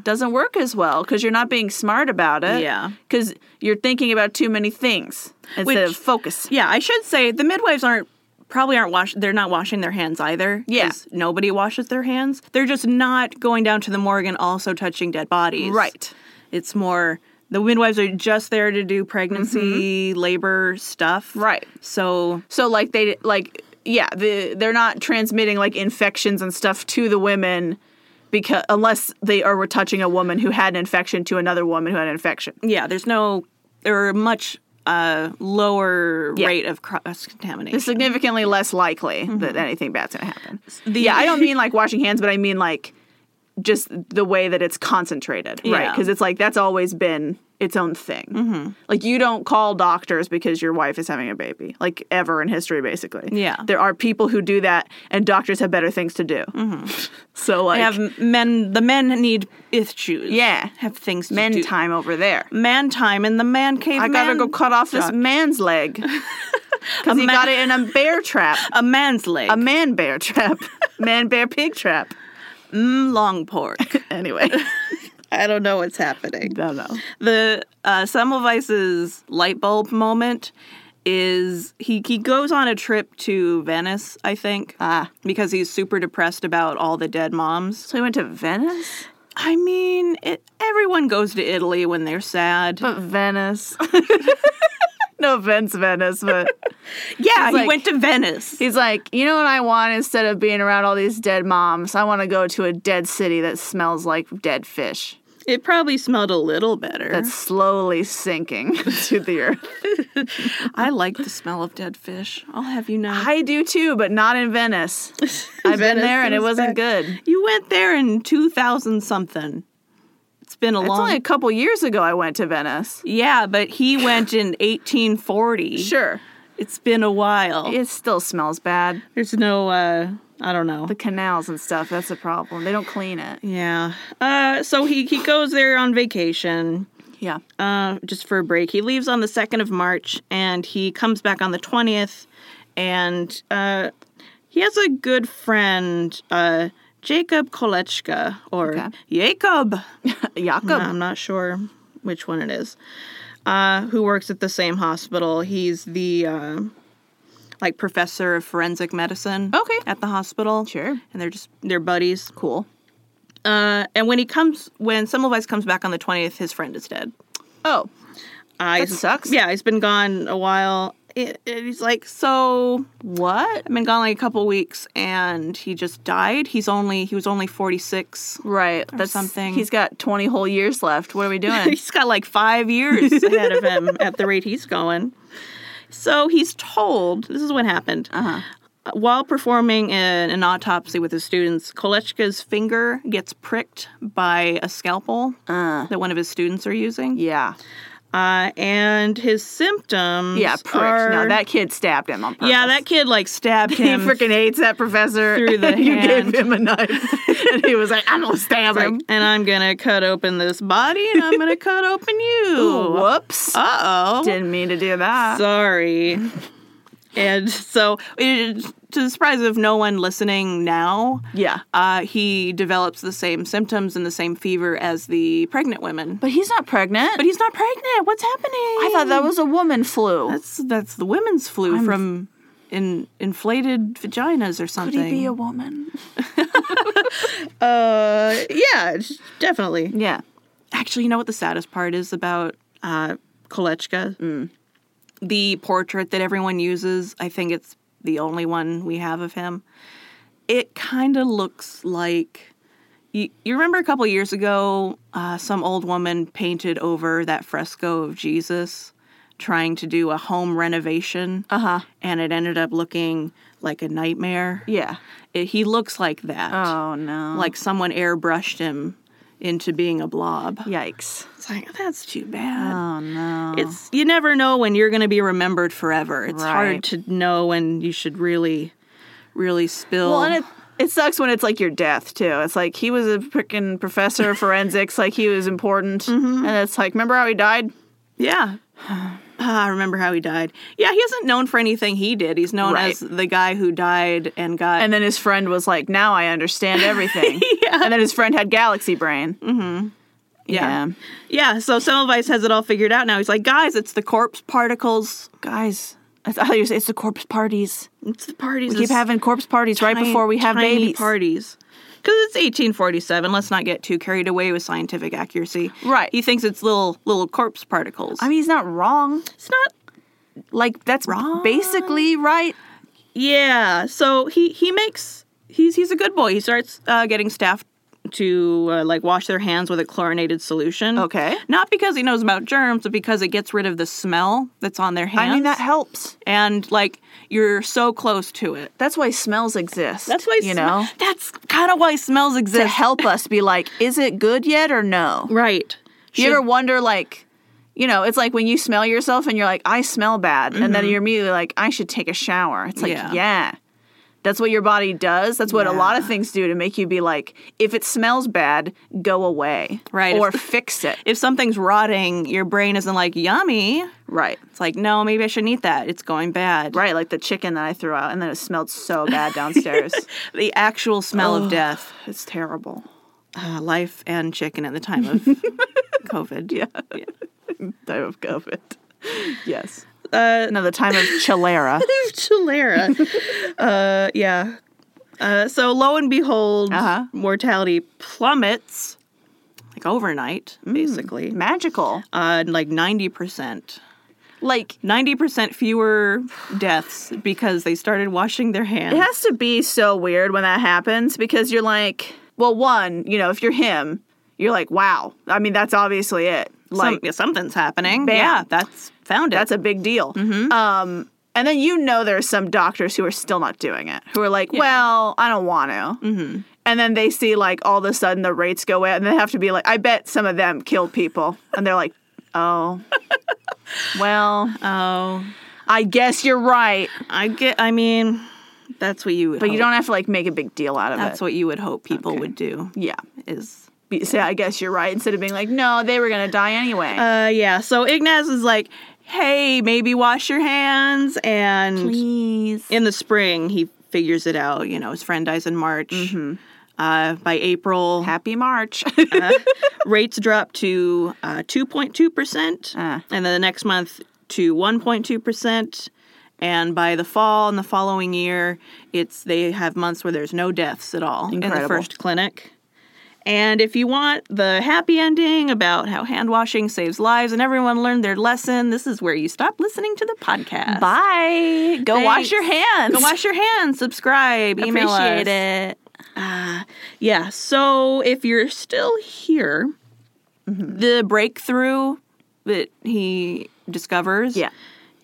S1: doesn't work as well because you're not being smart about it.
S2: Yeah.
S1: Because you're thinking about too many things instead
S2: Which-
S1: of focus.
S2: Yeah, I should say the midwives aren't probably aren't wash they're not washing their hands either.
S1: Yeah.
S2: 'cause Nobody washes their hands. They're just not going down to the morgue and also touching dead bodies.
S1: Right.
S2: It's more the midwives are just there to do pregnancy, labor stuff.
S1: Mm-hmm. Right.
S2: So
S1: So like they like yeah, the they're not transmitting like infections and stuff to the women because unless they are were touching a woman who had an infection to another woman who had an infection.
S2: yeah, there's no or a much uh, lower
S1: Yeah.
S2: rate of cross contamination.
S1: It's significantly less likely that anything bad's gonna happen.
S2: Mm-hmm. the-
S1: yeah, I don't mean like washing hands, but I mean like just the way that it's concentrated, right?
S2: Yeah. Mm-hmm.
S1: Because it's like that's always been its own thing. Like you don't call doctors because your wife is having a baby, like ever in history, basically.
S2: Yeah.
S1: there are people who do that, and doctors have better things to do. so like
S2: Mm-hmm. They have men. The men need issues.
S1: Yeah.
S2: have things. To
S1: men
S2: do.
S1: time over there.
S2: Man time in the man cave.
S1: I gotta
S2: man-
S1: go cut off this
S2: Doc.
S1: man's leg because he got it in a bear trap,
S2: a man's leg.
S1: a man bear trap, man bear pig trap.
S2: Mm, long pork.
S1: Anyway,
S2: I don't know what's happening.
S1: don't know.
S2: The uh, Semmelweis's light bulb moment is he he goes on a trip to Venice, I think,
S1: Ah.
S2: because he's super depressed about all the dead moms.
S1: So we went to Venice,
S2: I mean, it, everyone goes to Italy when they're sad.
S1: but Venice. no offense, Venice, but
S2: yeah,
S1: it's
S2: he
S1: like-
S2: went to Venice.
S1: he's like, you know what I want instead of being around all these dead moms? I want to go to a dead city that smells like dead fish
S2: It probably smelled a little better.
S1: that's slowly sinking to the earth.
S2: I like the smell of dead fish. I'll have you know.
S1: I do too, but not in Venice. I've been
S2: Venice
S1: there and it
S2: is
S1: wasn't
S2: back.
S1: good.
S2: You went there in 2000 something. It's been a
S1: It's
S2: long
S1: only a couple years ago I went to Venice.
S2: Yeah, but he went in 1840.
S1: Sure.
S2: It's been a while.
S1: It still smells bad.
S2: There's no uh I don't know.
S1: The canals and stuff, that's a problem. They don't clean it.
S2: Yeah. Uh so he he goes there on vacation.
S1: Yeah.
S2: Uh just for a break. He leaves on the 2nd of March and he comes back on the 20th and uh he has a good friend uh Jacob Kolechka or
S1: Okay.
S2: Jacob.
S1: Uh, Jakob.
S2: I'm not sure which one it is. Uh, who works at the same hospital? He's the uh, like professor of forensic medicine.
S1: Okay.
S2: At the hospital.
S1: Sure.
S2: And they're just they're buddies.
S1: Cool.
S2: Uh, and when he comes, when Semmelweis comes back on the twentieth, his friend is dead.
S1: Oh, That
S2: Uh, he's-
S1: sucks.
S2: Yeah, he's been gone a while. It, it- he's like, so
S1: what?
S2: I've been gone like a couple weeks, and he just died. He's only he was only forty six.
S1: Right. That's
S2: something.
S1: He's got 20 whole years left. What are we doing?
S2: he's got like five years ahead of him at the rate he's going. So he's told this is what happened. Uh,
S1: Uh-huh.
S2: While performing an, an autopsy with his students, Kolechka's finger gets pricked by a scalpel
S1: Uh,
S2: that one of his students are using.
S1: yeah.
S2: Uh, and his symptoms.
S1: Yeah, prick.
S2: Are,
S1: No, that kid stabbed him on purpose.
S2: yeah, that kid like stabbed
S1: He
S2: him.
S1: freaking hates that professor.
S2: Through the
S1: you
S2: hand.
S1: gave him a knife, and he was like, "I'm gonna stab
S2: like,
S1: him."
S2: and I'm gonna cut open this body, and I'm gonna cut open you.
S1: Ooh, whoops!
S2: Uh oh.
S1: Didn't mean to do that.
S2: sorry. And so it, to the surprise of no one listening now,
S1: Yeah.
S2: uh, he develops the same symptoms and the same fever as the pregnant women. But,
S1: But he's not pregnant.
S2: he's not pregnant. What's happening?
S1: I thought that was a woman flu.
S2: that's that's the women's flu from in, inflated vaginas or
S1: Could
S2: something.
S1: he be a woman?
S2: uh, yeah, definitely.
S1: Yeah.
S2: Actually, you know what the saddest part is about uh, Kolechka?
S1: Mm.
S2: The portrait that everyone uses, I think it's the only one we have of him. It kind of looks like. You, you remember a couple years ago, uh, some old woman painted over that fresco of Jesus trying to do a home renovation.
S1: Uh-huh.
S2: And it ended up looking like a nightmare.
S1: Yeah.
S2: It- he looks like that.
S1: Oh no.
S2: Like someone airbrushed him into being a blob.
S1: yikes.
S2: It's like that's too bad.
S1: Oh no.
S2: It's you never know when you're going to be remembered forever. It's hard
S1: Right.
S2: to know when you should really, really spill.
S1: Well, and it it sucks when it's like your death too. It's like he was a freaking professor of forensics, like he was important, and it's like remember how he died?
S2: yeah. Ah, I remember how he died. Yeah, he isn't known for anything he did. He's known
S1: Right.
S2: as the guy who died and got.
S1: And then his friend was like, "Now I understand everything." yeah. And then his friend had galaxy brain. Mm-hmm.
S2: Yeah.
S1: Yeah.
S2: yeah, so Semmelweis has it all figured out now. He's like, guys, it's the corpse particles.
S1: guys, I thought you said it's the corpse parties.
S2: It's the parties.
S1: We keep having corpse parties right before we have
S2: tiny
S1: babies.
S2: parties. Because it's 1847. Let's not get too carried away with scientific accuracy.
S1: Right.
S2: He thinks it's little little corpse particles.
S1: I mean, he's not wrong.
S2: it's not.
S1: Like that's
S2: Wrong?
S1: basically right.
S2: Yeah. So he he makes he's he's a good boy. He starts uh, getting staff to uh, like wash their hands with a chlorinated solution.
S1: Okay.
S2: Not because he knows about germs, but because it gets rid of the smell that's on their hands.
S1: I mean, that helps.
S2: and like you're so close to it.
S1: That's why smells exist.
S2: That's why
S1: you
S2: sm-
S1: know
S2: That's kind of why smells
S1: to
S2: exist.
S1: help us be like, is it good yet or no?
S2: Right.
S1: You ever wonder like, you know, it's like when you smell yourself and you're like, I smell bad, and then you're immediately like, I should take a shower. It's like,
S2: Mm-hmm. Yeah.
S1: yeah. That's what your body does. That's what a lot of things do to make you be like, if it smells bad, go away.
S2: Right.
S1: Or fix it.
S2: if something's rotting, your brain isn't like yummy.
S1: Right.
S2: It's like no, maybe I shouldn't eat that. It's going bad.
S1: Right. Like the chicken that I threw out, and then it smelled so bad downstairs.
S2: The actual smell of death,
S1: it's terrible.
S2: uh, life and chicken at the time of COVID. Yeah.
S1: Time of COVID. Yes.
S2: Uh,
S1: No, the time of Chilera.
S2: Cholera. uh, yeah. Uh, so lo and behold,
S1: Uh-huh.
S2: mortality plummets like overnight, basically.
S1: Magical.
S2: Uh, like ninety percent.
S1: Like,
S2: 90% fewer deaths because they started washing their hands.
S1: It has to be so weird when that happens because you're like, well, one, you know, if you're him, you're like, wow. I mean, that's obviously it.
S2: Some-
S1: Like,
S2: yeah, something's happening.
S1: Bam.
S2: Yeah, that's found it.
S1: that's a big deal.
S2: Mm-hmm.
S1: Um, and then you know there's some doctors who are still not doing it, who are like, well, I don't want to.
S2: Mm-hmm.
S1: And then they see like all of a sudden the rates go up, and they have to be like, I bet some of them killed people, and they're like, oh, well,
S2: oh,
S1: I guess you're right,
S2: I get. I mean, that's what you would.
S1: but you
S2: hope-
S1: don't have to like make a big deal out of
S2: oh. That's
S1: it.
S2: what you would hope people would do.
S1: yeah.
S2: Is
S1: be- say, I guess you're right, instead of being like, no, they were going to die anyway.
S2: uh yeah. So Ignaz is like, hey, maybe wash your hands. And
S1: Please.
S2: in the spring, he figures it out. You know, his friend dies in March. Uh, by April,
S1: Happy March.
S2: rates drop to uh, 2.2%,
S1: Ah.
S2: and then the next month to 1.2%. And by the fall and the following year, it's they have months where there's no deaths at all in the
S1: Incredible.
S2: first clinic. And if you want the happy ending about how hand washing saves lives and everyone learned their lesson, this is where you stop listening to the podcast.
S1: Bye. Go
S2: wash
S1: wash
S2: your
S1: your hands.
S2: Go wash your hands, subscribe, email us. Ah,
S1: Appreciate it.
S2: Yeah, so if you're still here,
S1: Mm-hmm.
S2: the breakthrough that he discovers
S1: Yeah.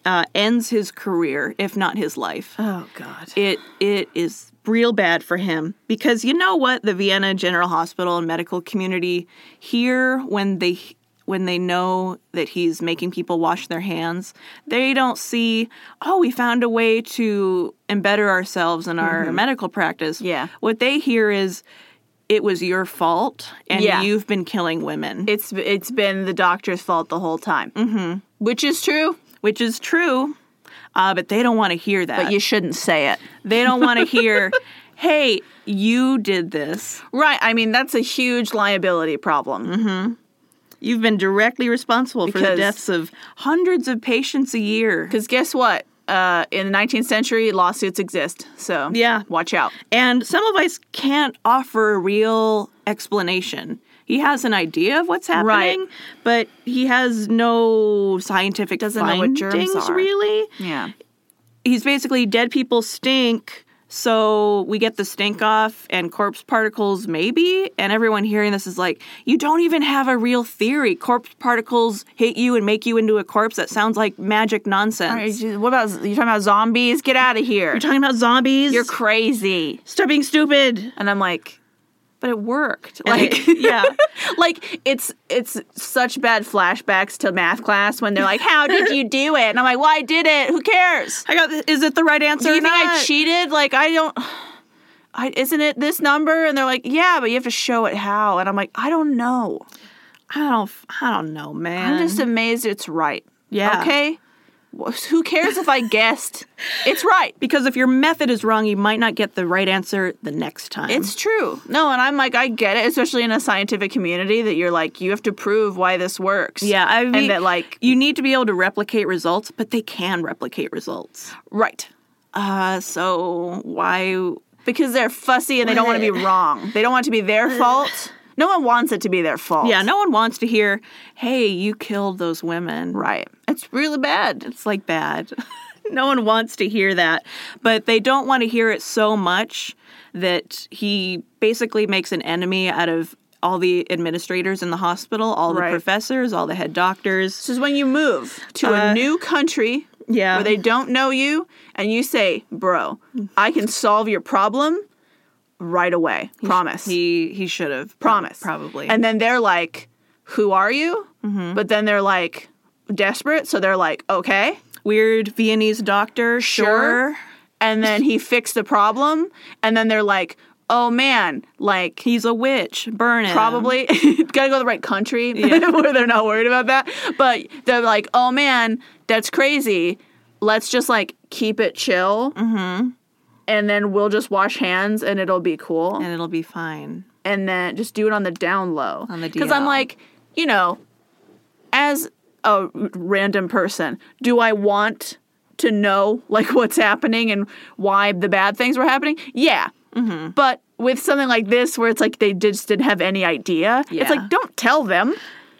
S2: uh, ends his career, if not his life.
S1: Oh, God.
S2: It it is real bad for him because you know what the Vienna General Hospital and medical community here when they when they know that he's making people wash their hands, they don't see, oh, we found a way to embetter ourselves in our medical practice.
S1: Mm-hmm. Yeah.
S2: What they hear is it was your fault and
S1: Yeah.
S2: you've been killing women,
S1: It's it's been the doctor's fault the whole time. Mm-hmm. Which is true.
S2: which is true. uh, but they don't want to hear that.
S1: But you shouldn't say it.
S2: they don't want to hear, hey, you did this.
S1: Right. I mean, that's a huge liability problem.
S2: You've been directly responsible for the
S1: Because-
S2: deaths of hundreds of patients a year.
S1: Because guess what? Uh, in the 19th century, lawsuits exist. So
S2: Yeah.
S1: watch out.
S2: And Semmelweis can't offer a real explanation. He has an idea of what's happening, but he has no scientific
S1: Doesn't know what
S2: findings,
S1: germs are.
S2: really.
S1: Yeah.
S2: He's basically dead people stink, so we get the stink off and corpse particles maybe, and everyone hearing this is like, you don't even have a real theory. Corpse particles hit you and make you into a corpse. That sounds like magic nonsense.
S1: All right, you- what about you talking about zombies? Get out of here.
S2: You're talking about zombies.
S1: You're crazy.
S2: Stop being stupid.
S1: And I'm like, but it worked. Like
S2: yeah.
S1: like it's it's such bad flashbacks to math class when they're like, How did you do it? And I'm like, Well, I did it. Who cares?
S2: I got. th- Is it the right answer?
S1: Do you
S2: or
S1: think I
S2: not?
S1: cheated? Like I don't I, isn't it this number? And they're like, yeah, but you have to show it how. And I'm like, I don't know.
S2: I don't. f- I don't know, man.
S1: I'm just amazed it's right.
S2: Yeah.
S1: Okay. Wh- Who cares if I guessed? It's right.
S2: because if your method is wrong, you might not get the right answer the next time.
S1: It's true. No, and I'm like, I get it, especially in a scientific community that you're like, you have to prove why this works.
S2: yeah. I mean,
S1: and that like,
S2: you need to be able to replicate results, but they can replicate results.
S1: right.
S2: Uh, so why?
S1: Because they're fussy and they don't want to be wrong. They don't want it to be their fault. No one wants it to be their fault.
S2: Yeah, no one wants to hear, "Hey, you killed those women."
S1: Right. It's really bad.
S2: It's like bad. no one wants to hear that, but they don't want to hear it so much that he basically makes an enemy out of all the administrators in the hospital, all the
S1: Right.
S2: professors, all the head doctors.
S1: This is when you move to a
S2: Uh,
S1: new country
S2: Yeah.
S1: where they don't know you and you say, bro, I can solve your problem right away. Promise.
S2: he he should have
S1: promise
S2: probably. Mm-hmm.
S1: and then they're like who are you but then they're like desperate so they're like okay
S2: weird Viennese doctor, sure.
S1: Sure. and then he fixed the problem and then they're like oh man like
S2: He's a witch. Burn him.
S1: probably gotta go to the right country where they're not worried about that but they're like oh man that's crazy let's just like keep it chill mm-hmm. and then we'll just wash hands and it'll be cool
S2: and it'll be fine.
S1: and then just do it on the down low.
S2: On the
S1: I'm
S2: DL.
S1: like, you know, as a random person, do I want to know like what's happening and why the bad things were happening? Yeah.
S2: Mm-hmm.
S1: But with something like this, where it's like they just didn't have any idea,
S2: Yeah.
S1: it's like don't tell them.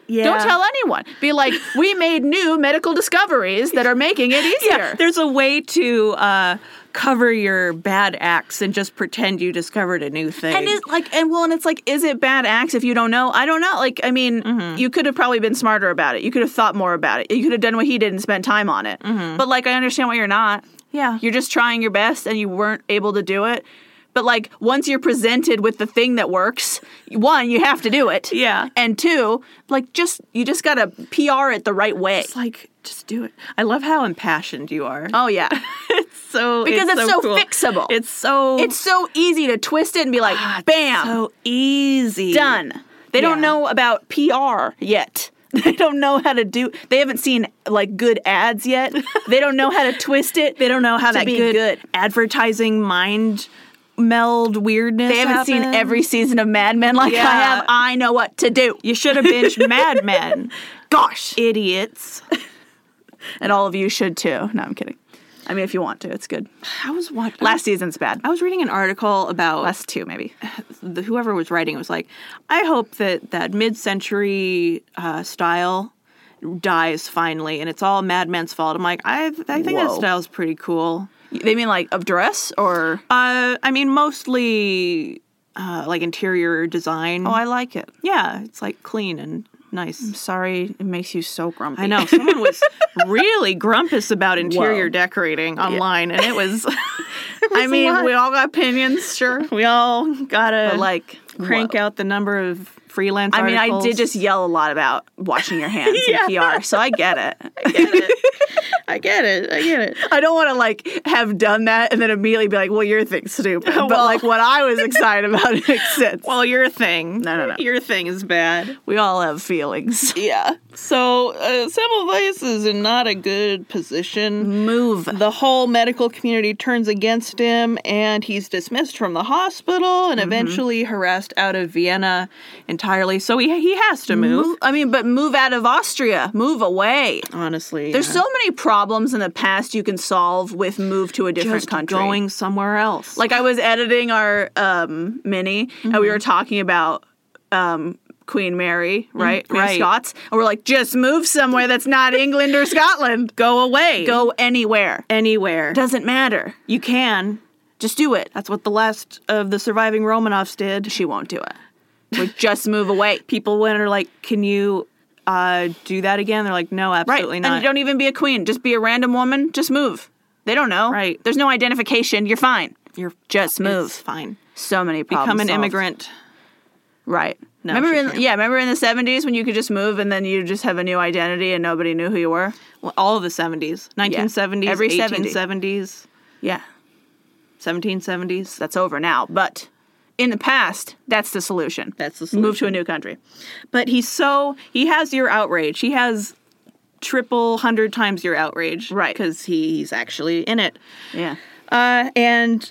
S2: Yeah.
S1: Don't tell anyone. Be like, we made new medical discoveries that are making it easier.
S2: Yeah, there's a way to uh, cover your bad acts and just pretend you discovered a new thing.
S1: And is like, and well, and it's like, is it bad acts if you don't know? I don't know. Like, I mean,
S2: Mm-hmm.
S1: you could have probably been smarter about it. You could have thought more about it. You could have done what he did and spent time on it. But like, I understand why you're not.
S2: Mm-hmm. yeah,
S1: You're just trying your best, and you weren't able to do it. But like, once you're presented with the thing that works, one, you have to do it.
S2: Yeah.
S1: And two, like, just you just gotta PR it the right way.
S2: It's like, just do it. I love how impassioned you are.
S1: Oh yeah,
S2: It's so
S1: because it's, so,
S2: cool.
S1: fixable.
S2: It's so
S1: it's so easy to twist it and be like, bam.
S2: Ah, so easy.
S1: done. They don't
S2: Yeah.
S1: know about PR yet. They don't know how to do. They haven't seen like good ads yet. They don't know how to twist it.
S2: They don't know how
S1: to
S2: that
S1: be
S2: good,
S1: good.
S2: advertising mind meld weirdness.
S1: They haven't seen
S2: happened.
S1: every season of Mad Men like I
S2: Yeah.
S1: have. I know what to do.
S2: You should have binged Mad Men,
S1: Gosh,
S2: idiots.
S1: and all of you should too. No, I'm kidding. I mean, if you want to, it's good.
S2: I was watching.
S1: Last season's bad.
S2: I was reading an article about
S1: Last two, Oh, maybe.
S2: the, whoever was writing was like, I hope that that mid-century uh, style dies finally, and it's all Mad Men's fault. I'm like, I I think that
S1: Whoa.
S2: style's pretty cool.
S1: They mean like of dress or?
S2: Uh, I mean, mostly uh, like interior design.
S1: Oh, I like it.
S2: yeah, it's like clean and nice.
S1: Sorry, it makes you so grumpy.
S2: I know someone was really grumpus about interior
S1: Whoa.
S2: decorating online, and it was.
S1: I mean,
S2: lot.
S1: we all got opinions, sure,
S2: we all gotta
S1: but like
S2: crank out the number of freelance.
S1: I mean, I
S2: articles.
S1: did just yell a lot about washing your hands
S2: Yeah.
S1: in PR, so I get it.
S2: I get it. I get it.
S1: I don't want to like have done that and then immediately be like, well, your thing's stupid.
S2: Well-
S1: But like what I was excited about makes sense.
S2: Well, your thing.
S1: No, no, no.
S2: Your thing is bad.
S1: we all have feelings.
S2: Yeah. So uh, Semmelweis is in not a good position.
S1: Move.
S2: The whole medical community turns against him, and he's dismissed from the hospital
S1: Mm-hmm.
S2: and eventually harassed out of Vienna entirely. So he he has to move.
S1: Move. I mean, but move out of Austria. Move away.
S2: Honestly,
S1: There's
S2: yeah.
S1: so many problems in the past you can solve with move to a different
S2: Just
S1: country.
S2: going somewhere else.
S1: like I was editing our um, mini, and
S2: Mm-hmm.
S1: we were talking about um, Queen Mary, right? Queen of
S2: Mm, right.
S1: Scots, and we're like, just move somewhere that's not England or Scotland.
S2: go away,
S1: Go anywhere.
S2: anywhere.
S1: Doesn't matter.
S2: You can.
S1: Just do it.
S2: That's what the last of the surviving Romanovs did.
S1: She won't do it. Like, just move away.
S2: People went and are like, "Can you uh, do that again?" They're like, "No,
S1: Right.
S2: absolutely not."
S1: And don't even be a queen. Just be a random woman. Just move. They don't know.
S2: Right.
S1: There's no identification. You're fine.
S2: You're
S1: Just
S2: It's
S1: move.
S2: fine.
S1: So many problems.
S2: Become an
S1: solved.
S2: immigrant.
S1: Right.
S2: No,
S1: remember
S2: she
S1: in
S2: can't.
S1: yeah, remember in the 70s when you could just move and then you just have a new identity and nobody knew who you were?
S2: Well, all of the seventies, nineteen seventies,
S1: Every 70.
S2: eighteen seventies,
S1: Yeah.
S2: seventeen seventies.
S1: That's over now, but in the past, that's the solution.
S2: That's the
S1: Move to a new country.
S2: But he's so he has your outrage. He has triple hundred times your outrage,
S1: Right.
S2: Because he's actually in it.
S1: Yeah.
S2: Uh, and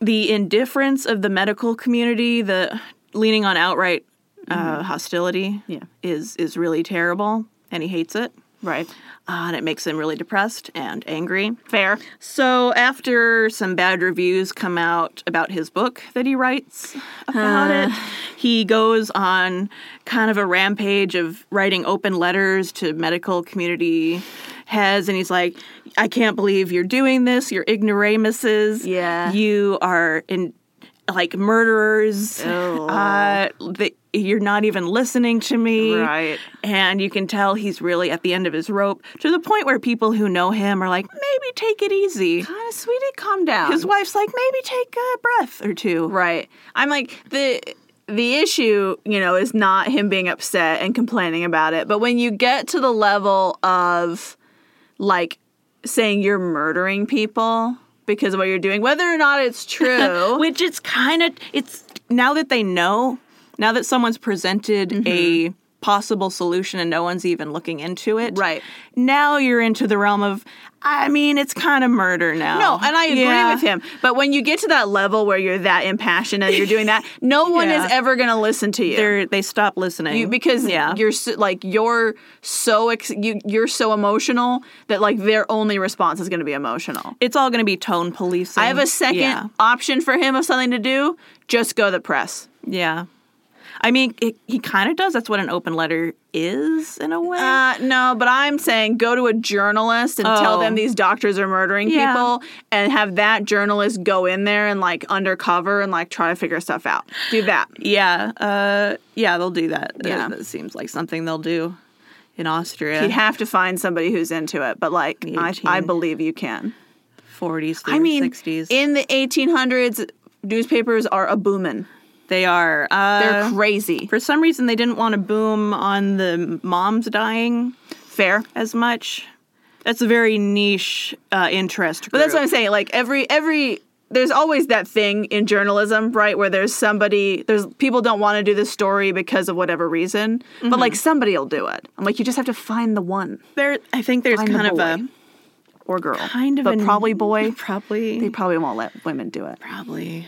S2: the indifference of the medical community, the leaning on outright uh, hostility,
S1: Mm-hmm. Yeah.
S2: is is really terrible, and he hates it,
S1: Right.
S2: uh, and it makes him really depressed and angry.
S1: Fair.
S2: So after some bad reviews come out about his book that he writes about
S1: Uh.
S2: it, he goes on kind of a rampage of writing open letters to medical community heads and he's like, I can't believe you're doing this. You're ignoramuses.
S1: Yeah.
S2: You are in like murderers.
S1: Oh.
S2: Uh, the, you're not even listening to me.
S1: Right.
S2: And you can tell he's really at the end of his rope to the point where people who know him are like, maybe take it easy.
S1: Kind of sweetie, calm down.
S2: His wife's like, maybe take a breath or two.
S1: Right. I'm like the the issue, you know, is not him being upset and complaining about it, but when you get to the level of like saying you're murdering people because of what you're doing, whether or not it's true,
S2: Which it's kind of, it's now that they know, now that someone's presented
S1: Mm-hmm.
S2: a possible solution and no one's even looking into it.
S1: Right.
S2: Now you're into the realm of, I mean, it's kind of murder now.
S1: No, and I agree
S2: Yeah.
S1: with him. But when you get to that level where you're that impassioned and you're doing that, no one
S2: Yeah.
S1: is ever going to listen to you.
S2: They're, they stop listening.
S1: You- because
S2: Yeah.
S1: you're so, like you're so ex- you, you're so emotional that like their only response is going to be emotional.
S2: it's all going to be tone policing.
S1: I have a second
S2: Yeah.
S1: option for him of something to do. Just go to the press.
S2: Yeah. I mean, it, he kind of does. That's what an open letter is, in a way.
S1: Uh, no, but I'm saying go to a journalist and tell
S2: Oh.
S1: them these doctors are murdering
S2: Yeah.
S1: people, and have that journalist go in there and like undercover and like try to figure stuff out. Do that.
S2: yeah. Uh, yeah, they'll do that.
S1: Yeah.
S2: It, seems like something they'll do in Austria.
S1: You'd have to find somebody who's into it, but like I, I
S2: 18.
S1: believe you can.
S2: 40s through
S1: I mean,
S2: 60s.
S1: in the 1800s, newspapers are a booming.
S2: they are. Uh,
S1: They're crazy.
S2: for some reason, they didn't want to boom on the moms dying
S1: Fair.
S2: as much. That's a very niche uh, interest group.
S1: But that's what I'm saying. Like every every there's always that thing in journalism, right, where there's somebody there's people don't want to do this story because of whatever reason, but like somebody'll do it. I'm like you just have to find the one
S2: there, I think there's
S1: Find the
S2: kind of a
S1: boy. or girl.
S2: kind of
S1: but
S2: a-
S1: probably boy.
S2: probably
S1: They probably won't let women do it.
S2: probably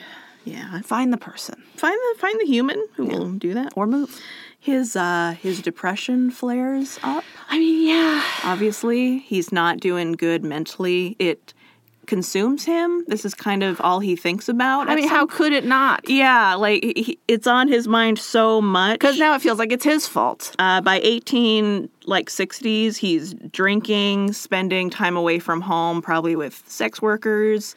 S2: yeah
S1: Find the person
S2: find the find the human who will do that
S1: or move.
S2: his uh his depression flares up
S1: I mean, yeah.
S2: obviously he's not doing good mentally it consumes him this is kind of all he thinks about
S1: I
S2: at
S1: mean,
S2: some-
S1: how could it not?
S2: yeah like he- he, it's on his mind so much
S1: Because now it feels like it's his fault.
S2: uh, by 18 like 60s he's drinking spending time away from home probably with sex workers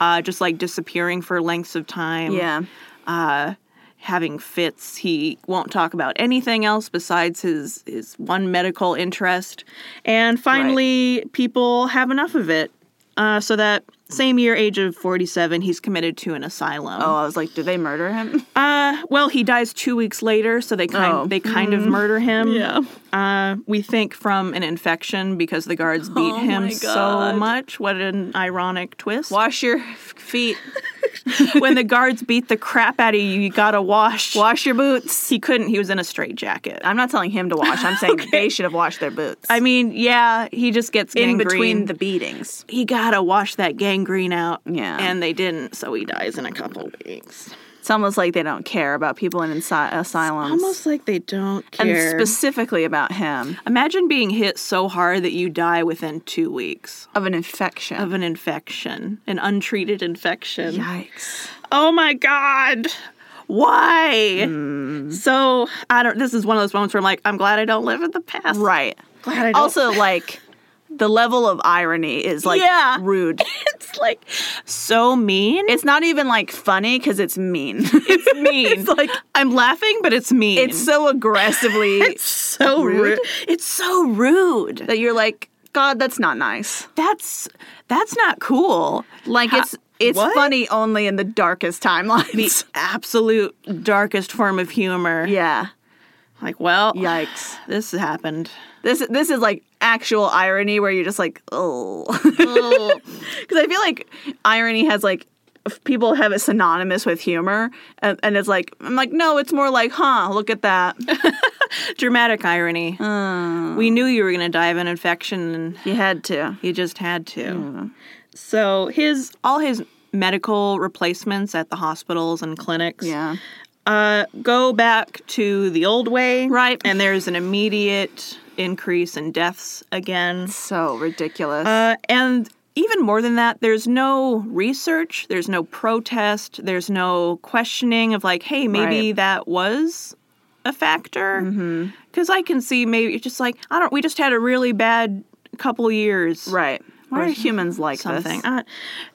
S2: uh, just like disappearing for lengths of time
S1: Yeah.
S2: uh, having fits. He won't talk about anything else besides his his one medical interest. And finally, people have enough of it. Uh, so that same year, age of 47, he's committed to an asylum.
S1: Oh, I was like, did they murder him?
S2: Uh, well, he dies two weeks later, so they kind
S1: Oh.
S2: they kind of murder him. Uh, we think from an infection because the guards beat
S1: Oh my
S2: him so
S1: God.
S2: much. What an ironic twist!
S1: Wash your f- feet.
S2: when the guards beat the crap out of you, you gotta wash.
S1: Wash your boots.
S2: He couldn't. He was in a straitjacket.
S1: I'm not telling him to wash. I'm saying they should have washed their boots.
S2: I mean, yeah, he just gets
S1: in
S2: gangrene.
S1: between the beatings.
S2: he gotta wash that gangrene out.
S1: Yeah.
S2: and they didn't, so he dies in a couple weeks.
S1: It's almost like they don't care about people in insi- asylums.
S2: Almost like they don't
S1: and
S2: care.
S1: specifically about him
S2: Imagine being hit so hard that you die within two weeks
S1: of an infection.
S2: of an infection, an untreated infection.
S1: Yikes.
S2: Oh my god. Why?
S1: Hmm.
S2: So I don't. This is one of those moments where I'm like, I'm glad I don't live in the past.
S1: Right.
S2: Glad I don't.
S1: Also, like, the level of irony is like
S2: Yeah.
S1: rude.
S2: it's like so mean.
S1: It's not even like funny because it's mean.
S2: It's mean. it's like I'm laughing, but it's mean.
S1: it's so aggressively
S2: It's so
S1: Rude.
S2: rude. It's so rude.
S1: that you're like, God, that's not nice.
S2: That's that's not cool.
S1: Like
S2: Ha-
S1: it's it's
S2: what?
S1: funny only in the darkest timelines.
S2: The absolute darkest form of humor.
S1: yeah.
S2: Like, well,
S1: Yikes.
S2: this happened.
S1: This this is like actual irony where you're just like, oh. Cuz I feel like irony has like if people have it synonymous with humor and, and it's like I'm like, no, it's more like, huh, look at that.
S2: Dramatic irony.
S1: Oh.
S2: We knew you were going to die of an infection and
S1: You had to.
S2: you just had to. So his all his medical replacements at the hospitals and clinics
S1: Yeah.
S2: uh, go back to the old way.
S1: Right.
S2: And there's an immediate increase in deaths again.
S1: So ridiculous.
S2: Uh, and even more than that, there's no research, there's no protest, there's no questioning of like, hey, maybe
S1: Right. Mm-hmm.
S2: that was a factor. Because I can see maybe it's just like, I don't, we just had a really bad couple years.
S1: right. Why are humans like
S2: Something.
S1: this?
S2: Uh,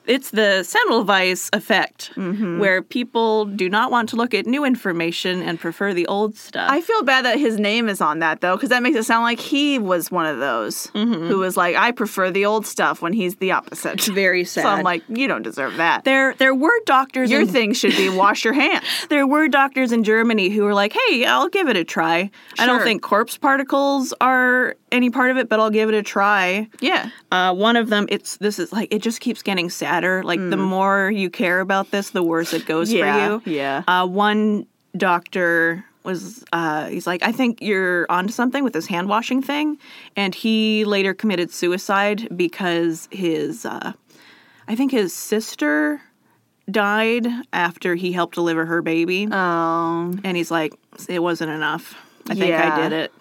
S2: it's the Semmelweis effect,
S1: Mm-hmm.
S2: where people do not want to look at new information and prefer the old stuff.
S1: I feel bad that his name is on that though, because that makes it sound like he was one of those who was like, "I prefer the old stuff," when he's the opposite.
S2: very
S1: So I'm like, you don't deserve that.
S2: there, there were doctors.
S1: Your
S2: in-
S1: thing should be wash your hands.
S2: there were doctors in Germany who were like, "Hey, I'll give it a try. I don't
S1: Sure.
S2: think corpse particles are any part of it, but I'll give it a try."
S1: Yeah.
S2: Uh, one of them, it's this is like it just keeps getting sadder. Like the more you care about this, the worse it goes
S1: Hmm. Yeah,
S2: for you.
S1: yeah.
S2: Uh, one doctor was uh, he's like, "I think you're onto something with this hand washing thing," and he later committed suicide because his, uh, I think his sister. Died after he helped deliver her baby.
S1: Um,
S2: And he's like, it wasn't enough. I think I
S1: Yeah.
S2: did it.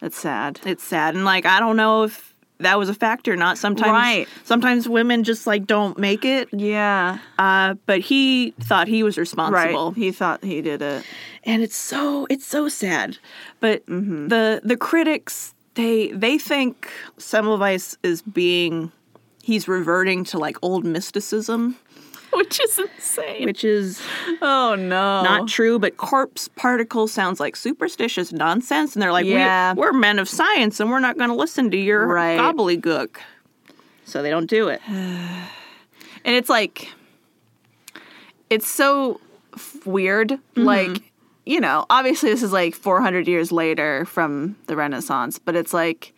S1: that's sad.
S2: It's sad. And like, I don't know if that was a factor or not. Sometimes,
S1: Right.
S2: sometimes women just like don't make it.
S1: Yeah.
S2: Uh, but he thought he was
S1: Right.
S2: responsible.
S1: He thought he did it.
S2: And it's so, it's so sad. But
S1: Mm-hmm.
S2: the, the critics, they, they think Semmelweis is being, he's reverting to like old mysticism,
S1: Which is insane.
S2: which is
S1: oh no.
S2: not true, but corpse particle sounds like superstitious nonsense. And they're like,
S1: Yeah.
S2: we, we're men of science and we're not going to listen to your
S1: Right.
S2: gobbledygook. So they don't do it.
S1: and it's like it's so f- weird like you know obviously this is like 400 years later from the renaissance but it's like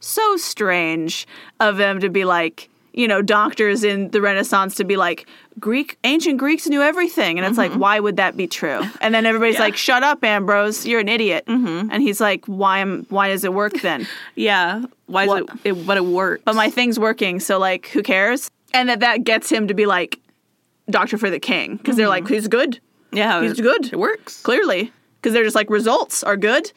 S1: so strange of them to be like you know doctors in the renaissance to be like greek ancient greeks knew everything and it's like why would that be true and then everybody's like shut up ambrose you're an idiot and he's like why am why does it work then
S2: Yeah. Why
S1: What-
S2: is it, it, but it works.
S1: but my thing's working, so like, who cares? And that that gets him to be like doctor for the king because they're like, who's good?
S2: yeah,
S1: He's good.
S2: It works.
S1: Clearly, because they're just like results are good,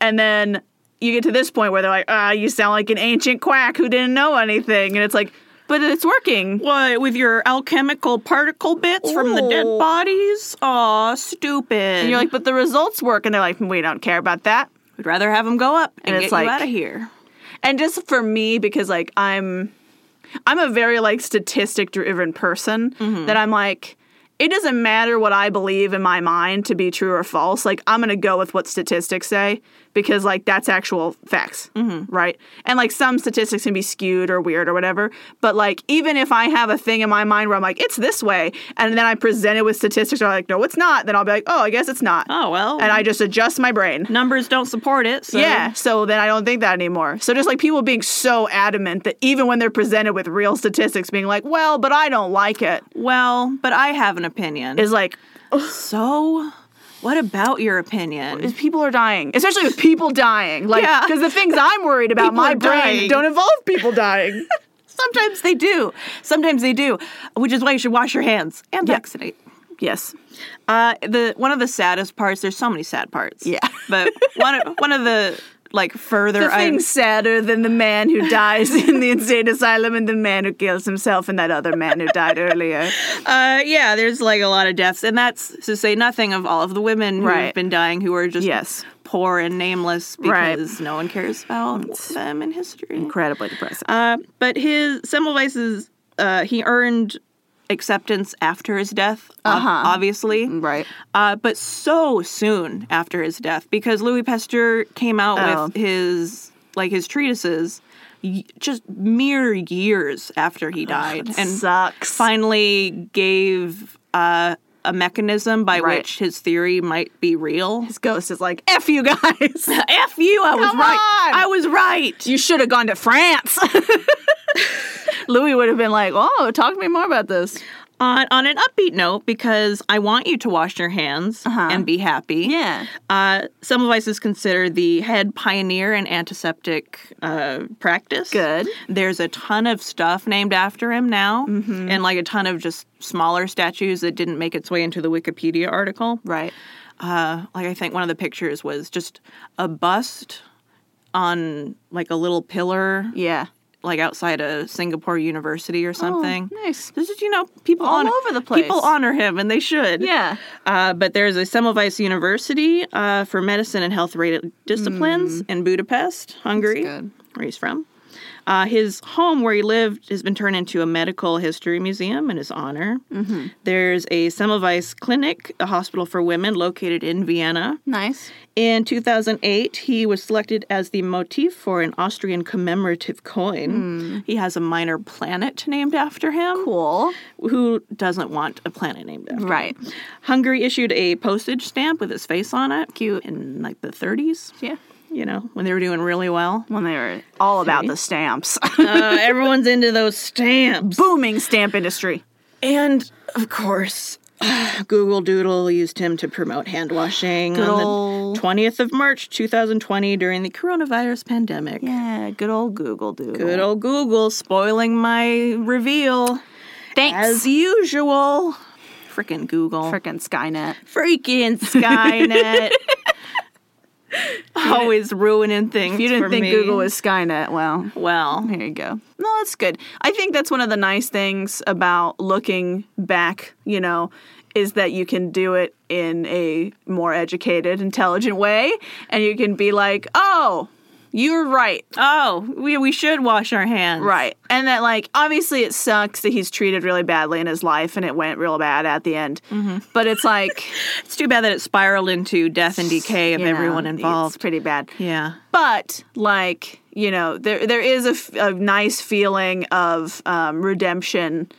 S1: and then you get to this point where they're like, ah, you sound like an ancient quack who didn't know anything, and it's like, but it's working.
S2: What, with your alchemical particle bits from the dead
S1: Ooh.
S2: bodies? Aw, stupid.
S1: And you're like, but the results work, and they're like, we don't care about that.
S2: we'd rather have them go up and,
S1: And
S2: get
S1: it's like-
S2: you out of here.
S1: and just for me because like i'm i'm a very like statistic driven person that i'm like it doesn't matter what i believe in my mind to be true or false like i'm gonna go with what statistics say because like that's actual facts, right? And like some statistics can be skewed or weird or whatever, but like even if I have a thing in my mind where I'm like it's this way, and then I present it with statistics, that are like no, it's not. Then I'll be like, oh, I guess it's not,
S2: Oh well.
S1: and I just adjust my brain.
S2: numbers don't support it. So
S1: Yeah, so then I don't think that anymore. So just like people being so adamant that even when they're presented with real statistics, being like, well, but I don't like it,
S2: Well, but I have an opinion.
S1: is like,
S2: so what about your
S1: is
S2: opinion?
S1: people are dying, especially with people dying. Like,
S2: Yeah.
S1: because the things I'm worried about,
S2: People
S1: my
S2: are
S1: brain,
S2: dying.
S1: don't involve people dying.
S2: Sometimes they do. Sometimes they do, which is why you should wash your hands and
S1: Yeah.
S2: vaccinate.
S1: yes.
S2: Uh, the one of the saddest parts. There's so many sad parts.
S1: Yeah.
S2: but one of, one of the like further
S1: The thing's sadder than the man who dies in the insane asylum and the man who kills himself and that other man who died earlier.
S2: Uh, yeah, there's like a lot of deaths, and that's to say nothing of all of the women who've
S1: Right.
S2: been dying who are just
S1: Yes.
S2: poor and nameless
S1: Right.
S2: because no one cares about them in history.
S1: Incredibly depressing.
S2: Uh, but his Semmelweis's uh, he earned acceptance after his death, ob-
S1: Uh-huh.
S2: obviously,
S1: right.
S2: uh, but so soon after his death because Louis Pasteur came out
S1: Oh.
S2: with his like his treatises y- just mere years after he died, and
S1: Sucks.
S2: finally gave uh, a mechanism by
S1: Right.
S2: which his theory might be real.
S1: His ghost is like, F you guys.
S2: F you, I was
S1: Come
S2: right.
S1: on!
S2: I was right.
S1: you should have gone to France. Louis would have been like, oh, talk to me more about this.
S2: On, on an upbeat note, because I want you to wash your hands and be happy.
S1: Uh-huh. Yeah.
S2: Uh, Semmelweis is considered the head pioneer in antiseptic uh, practice.
S1: Good.
S2: There's a ton of stuff named after him now,
S1: Mm-hmm.
S2: and like a ton of just smaller statues that didn't make its way into the Wikipedia article.
S1: Right.
S2: uh, like I think one of the pictures was just a bust on like a little pillar,
S1: Yeah. Oh,
S2: like outside a Singapore university or something.
S1: nice.
S2: This is, you know, people
S1: All
S2: honor,
S1: over the place.
S2: People honor him, and they should.
S1: Yeah.
S2: Uh, but there's a Semmelweis University uh, for medicine and health related disciplines in Budapest, Hungary,
S1: Mm. That's good.
S2: where he's from. Uh, his home where he lived has been turned into a medical history museum in his honor.
S1: Mm-hmm.
S2: There's a Semmelweis Clinic, a hospital for women located in Vienna.
S1: Nice.
S2: In 2008, he was selected as the motif for an Austrian commemorative
S1: Hmm.
S2: coin. He has a minor planet named after him.
S1: Cool.
S2: Who doesn't want a planet named after him?
S1: Right.
S2: Hungary issued a postage stamp with his face on it. Cute. In like the 30s,
S1: Yeah.
S2: you know, when they were doing really well.
S1: When they were all about the stamps,
S2: Uh, everyone's into those stamps.
S1: booming stamp industry.
S2: And of course, Google Doodle used him to promote hand washing
S1: Good
S2: on
S1: ol'-
S2: the 20th of March 2020 during the coronavirus pandemic.
S1: Yeah. Good old Google, dude.
S2: Good old Google spoiling my reveal
S1: Thanks.
S2: as usual. Frickin' Google.
S1: Frickin' Skynet.
S2: Freaking Skynet. Always ruining things.
S1: If you didn't
S2: for
S1: think
S2: me.
S1: Google was Skynet, well,
S2: Well,
S1: There you go. No, that's good. I think that's one of the nice things about looking back, you know, is that you can do it in a more educated, intelligent way. And you can be like, oh, you're right.
S2: oh, we, we should wash our hands.
S1: Right. And that, like, obviously it sucks that he's treated really badly in his life and it went real bad at the end. But it's like,
S2: It's too bad that it spiraled into death and decay of
S1: you know,
S2: everyone
S1: It's
S2: involved.
S1: pretty bad.
S2: Yeah.
S1: but like you know there there is a, f- a nice feeling of um, redemption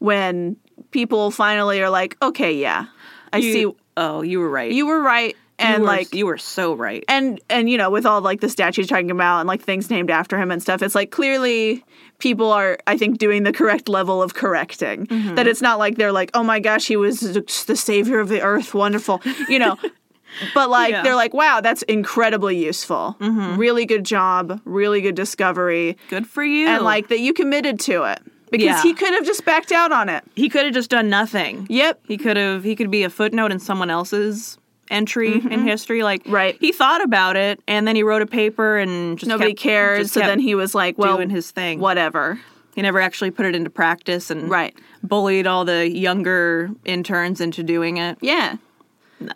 S1: when people finally are like okay yeah i see
S2: You- oh, you were right.
S1: you were right and
S2: You were-
S1: like
S2: you were so right.
S1: and and you know with all like the statues talking about and like things named after him and stuff it's like clearly people are i think doing the correct level of correcting
S2: Mm-hmm.
S1: that it's not like they're like oh my gosh he was the savior of the earth wonderful you know but like
S2: Yeah. Mm-hmm.
S1: they're like wow that's incredibly useful really good job really good discovery
S2: Good for you.
S1: and like that you committed to it because
S2: Yeah.
S1: he could have just backed out on it
S2: he could have just done nothing.
S1: yep
S2: He could have he could be a footnote in someone else's entry in history. Like
S1: Mm-hmm. Right.
S2: he thought about it and then he wrote a paper and just
S1: nobody
S2: kept-
S1: cared
S2: just
S1: so
S2: kept
S1: then he was like well
S2: doing his thing.
S1: whatever
S2: He never actually put it into practice and
S1: Right.
S2: bullied all the younger interns into doing it.
S1: Yeah.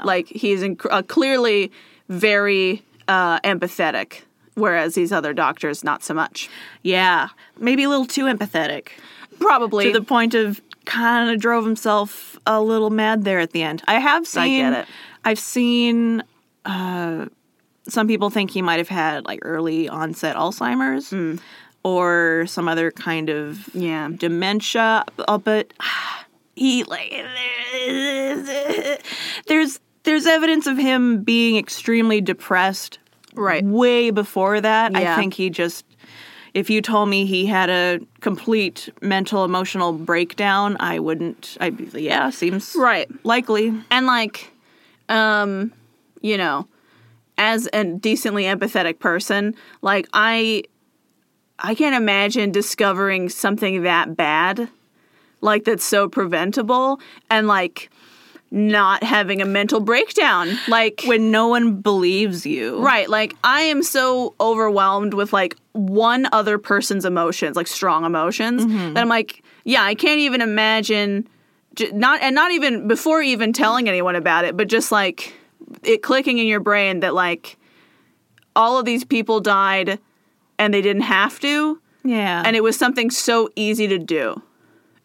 S1: Like he's inc- uh, clearly very uh, empathetic, whereas these other doctors not so much.
S2: Yeah. Maybe a little too empathetic.
S1: Probably
S2: To the point of kind of drove himself a little mad there at the end. I have seen
S1: get it.
S2: I've seen uh some people think he might have had like early onset Alzheimer's or some other kind of
S1: Yeah.
S2: dementia, uh, but he like there's there's evidence of him being extremely depressed
S1: Right.
S2: way before that. I
S1: Yeah.
S2: think he just if you told me he had a complete mental emotional breakdown, I wouldn't I'd be yeah, seems
S1: Right.
S2: likely.
S1: and like um you know as a decently empathetic person like i i can't imagine discovering something that bad like that's so preventable and like not having a mental breakdown like
S2: When no one believes you.
S1: Right. Like I am so overwhelmed with like one other person's emotions, like strong emotions,
S2: Mm-hmm.
S1: that I'm like, yeah, I can't even imagine j- not and not even before even telling anyone about it, but just like it clicking in your brain that like all of these people died and they didn't have to
S2: Yeah.
S1: and it was something so easy to do.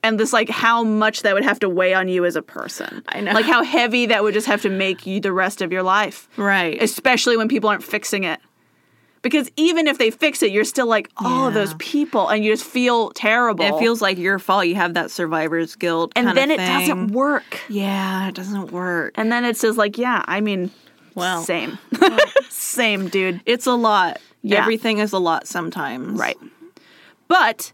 S1: And this like how much that would have to weigh on you as a person.
S2: I know.
S1: Like how heavy that would just have to make you the rest of your life
S2: right.
S1: especially when people aren't fixing it. Because even if they fix it, you're still like, oh,
S2: Yeah.
S1: those people, and you just feel terrible.
S2: it feels like your fault. You have that survivor's guilt.
S1: and
S2: kinda
S1: then it
S2: thing.
S1: doesn't work.
S2: Yeah, it doesn't work.
S1: And then it's just like, yeah, I mean,
S2: Well.
S1: same, same, dude.
S2: It's a lot.
S1: Yeah.
S2: Everything is a lot sometimes.
S1: Right. But,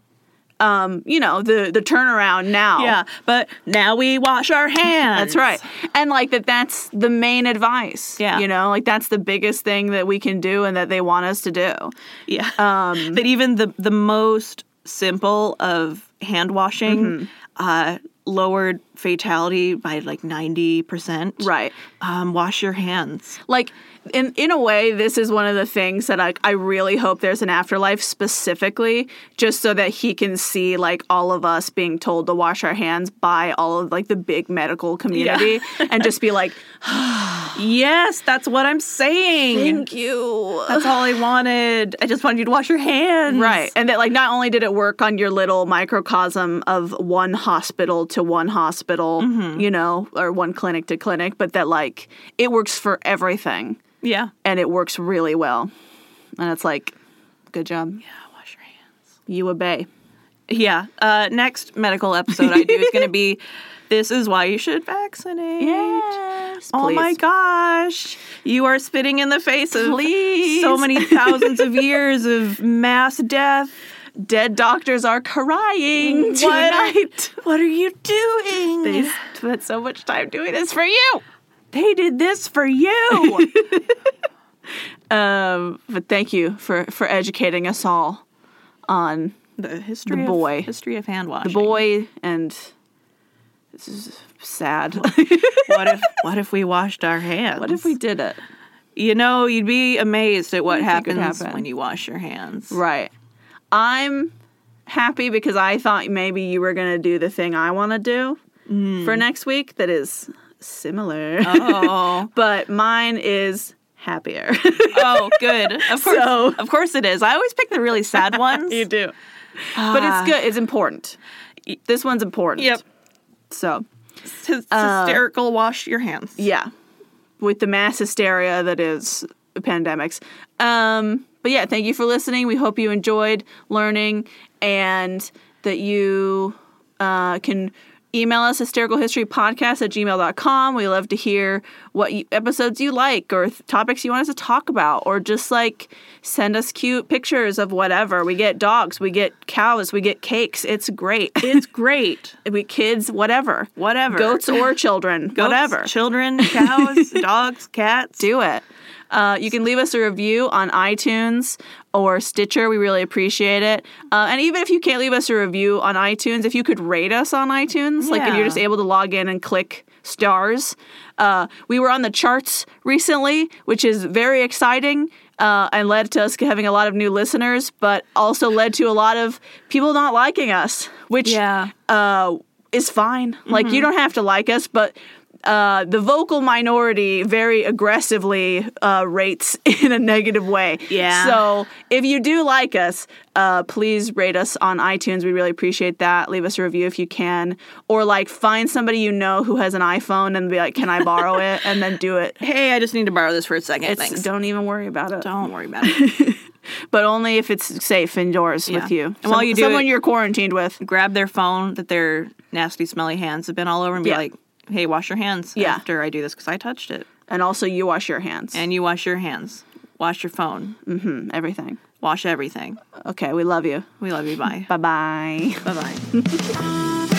S1: um, you know, the the turnaround now.
S2: Yeah. But now we wash our hands.
S1: That's right. And like that that's the main advice.
S2: Yeah.
S1: You know, like that's the biggest thing that we can do and that they want us to do.
S2: Yeah.
S1: Um,
S2: but even the the most simple of hand washing
S1: Mm-hmm.
S2: uh, lowered fatality by like ninety percent.
S1: Right.
S2: Um, wash your hands.
S1: like in in a way this is one of the things that I, I really hope there's an afterlife specifically just so that he can see like all of us being told to wash our hands by all of like the big medical community and just be like
S2: Yes, that's what I'm saying.
S1: thank you
S2: That's all I wanted. I just wanted you to wash your hands.
S1: right and that like not only did it work on your little microcosm of one hospital to one hospital you know or one clinic to clinic but that like it works for everything
S2: Yeah.
S1: and it works really well and it's like good job
S2: Yeah, wash your hands.
S1: you obey
S2: Yeah. Uh, next medical episode I do is going to be this is why you should vaccinate. Oh my
S1: God.
S2: gosh. You are spitting in the face of
S1: Please.
S2: so many thousands of years of mass death.
S1: Dead doctors are crying tonight.
S2: What are you doing?
S1: They
S2: They,
S1: spent so much time doing this for you.
S2: did this for you.
S1: Um, but thank you for for educating us all on
S2: the history
S1: The
S2: of-
S1: boy.
S2: history of hand washing.
S1: the boy and this is sad.
S2: what if what if we washed our hands?
S1: what if we did it?
S2: You know, you'd be amazed at what
S1: What do you
S2: happens
S1: think would happen?
S2: when you wash your hands.
S1: Right. I'm happy because I thought maybe you were gonna do the thing I want to do for next week. That is similar,
S2: Oh.
S1: but mine is happier.
S2: Oh, good. Of course,
S1: So-
S2: of course it is. I always pick the really sad ones. Ah.
S1: do. But it's good. It's important. This one's important.
S2: Yep.
S1: So,
S2: It's hys- hysterical. wash your hands.
S1: yeah. With the mass hysteria that is pandemics. Um, but yeah, thank you for listening. We hope you enjoyed learning and that you uh, can email us hystericalhistorypodcast at gmail.com. We love to hear what you, episodes you like or th- topics you want us to talk about or just like send us cute pictures of whatever. We get dogs, we get cows, we get cakes. It's great.
S2: It's great.
S1: we kids, whatever.
S2: Whatever.
S1: Goats or children,
S2: Goats,
S1: whatever.
S2: Children, cows, dogs, cats.
S1: Do it. Uh, you can leave us a review on iTunes or Stitcher. We really appreciate it. Uh, and even if you can't leave us a review on iTunes, if you could rate us on iTunes, like if
S2: Yeah.
S1: you're just able to log in and click stars, uh, we were on the charts recently, which is very exciting uh, and led to us having a lot of new listeners, but also led to a lot of people not liking us, which
S2: Yeah.
S1: uh, is fine. Like you don't have to like us, but uh, the vocal minority very aggressively uh, rates in a negative way.
S2: Yeah.
S1: So if you do like us, uh, please rate us on iTunes. We really appreciate that. Leave us a review if you can, or like find somebody you know who has an iPhone and be like, "Can I borrow it?" and then do it.
S2: Hey, I just need to borrow this for a second.
S1: It's,
S2: Thanks.
S1: Don't even worry about it.
S2: Don't worry about it.
S1: But only if it's safe indoors
S2: Yeah.
S1: with you.
S2: And while you do
S1: someone
S2: it-
S1: you're quarantined with.
S2: Grab their phone that their nasty, smelly hands have been all over and be
S1: Yeah.
S2: like, hey, wash your hands
S1: Yeah.
S2: after I do this because I touched it.
S1: And also, you wash your hands
S2: And you wash your hands. Wash your phone.
S1: and everything.
S2: Wash everything.
S1: Okay, we love you.
S2: We love you. Bye.
S1: Bye bye.
S2: Bye bye.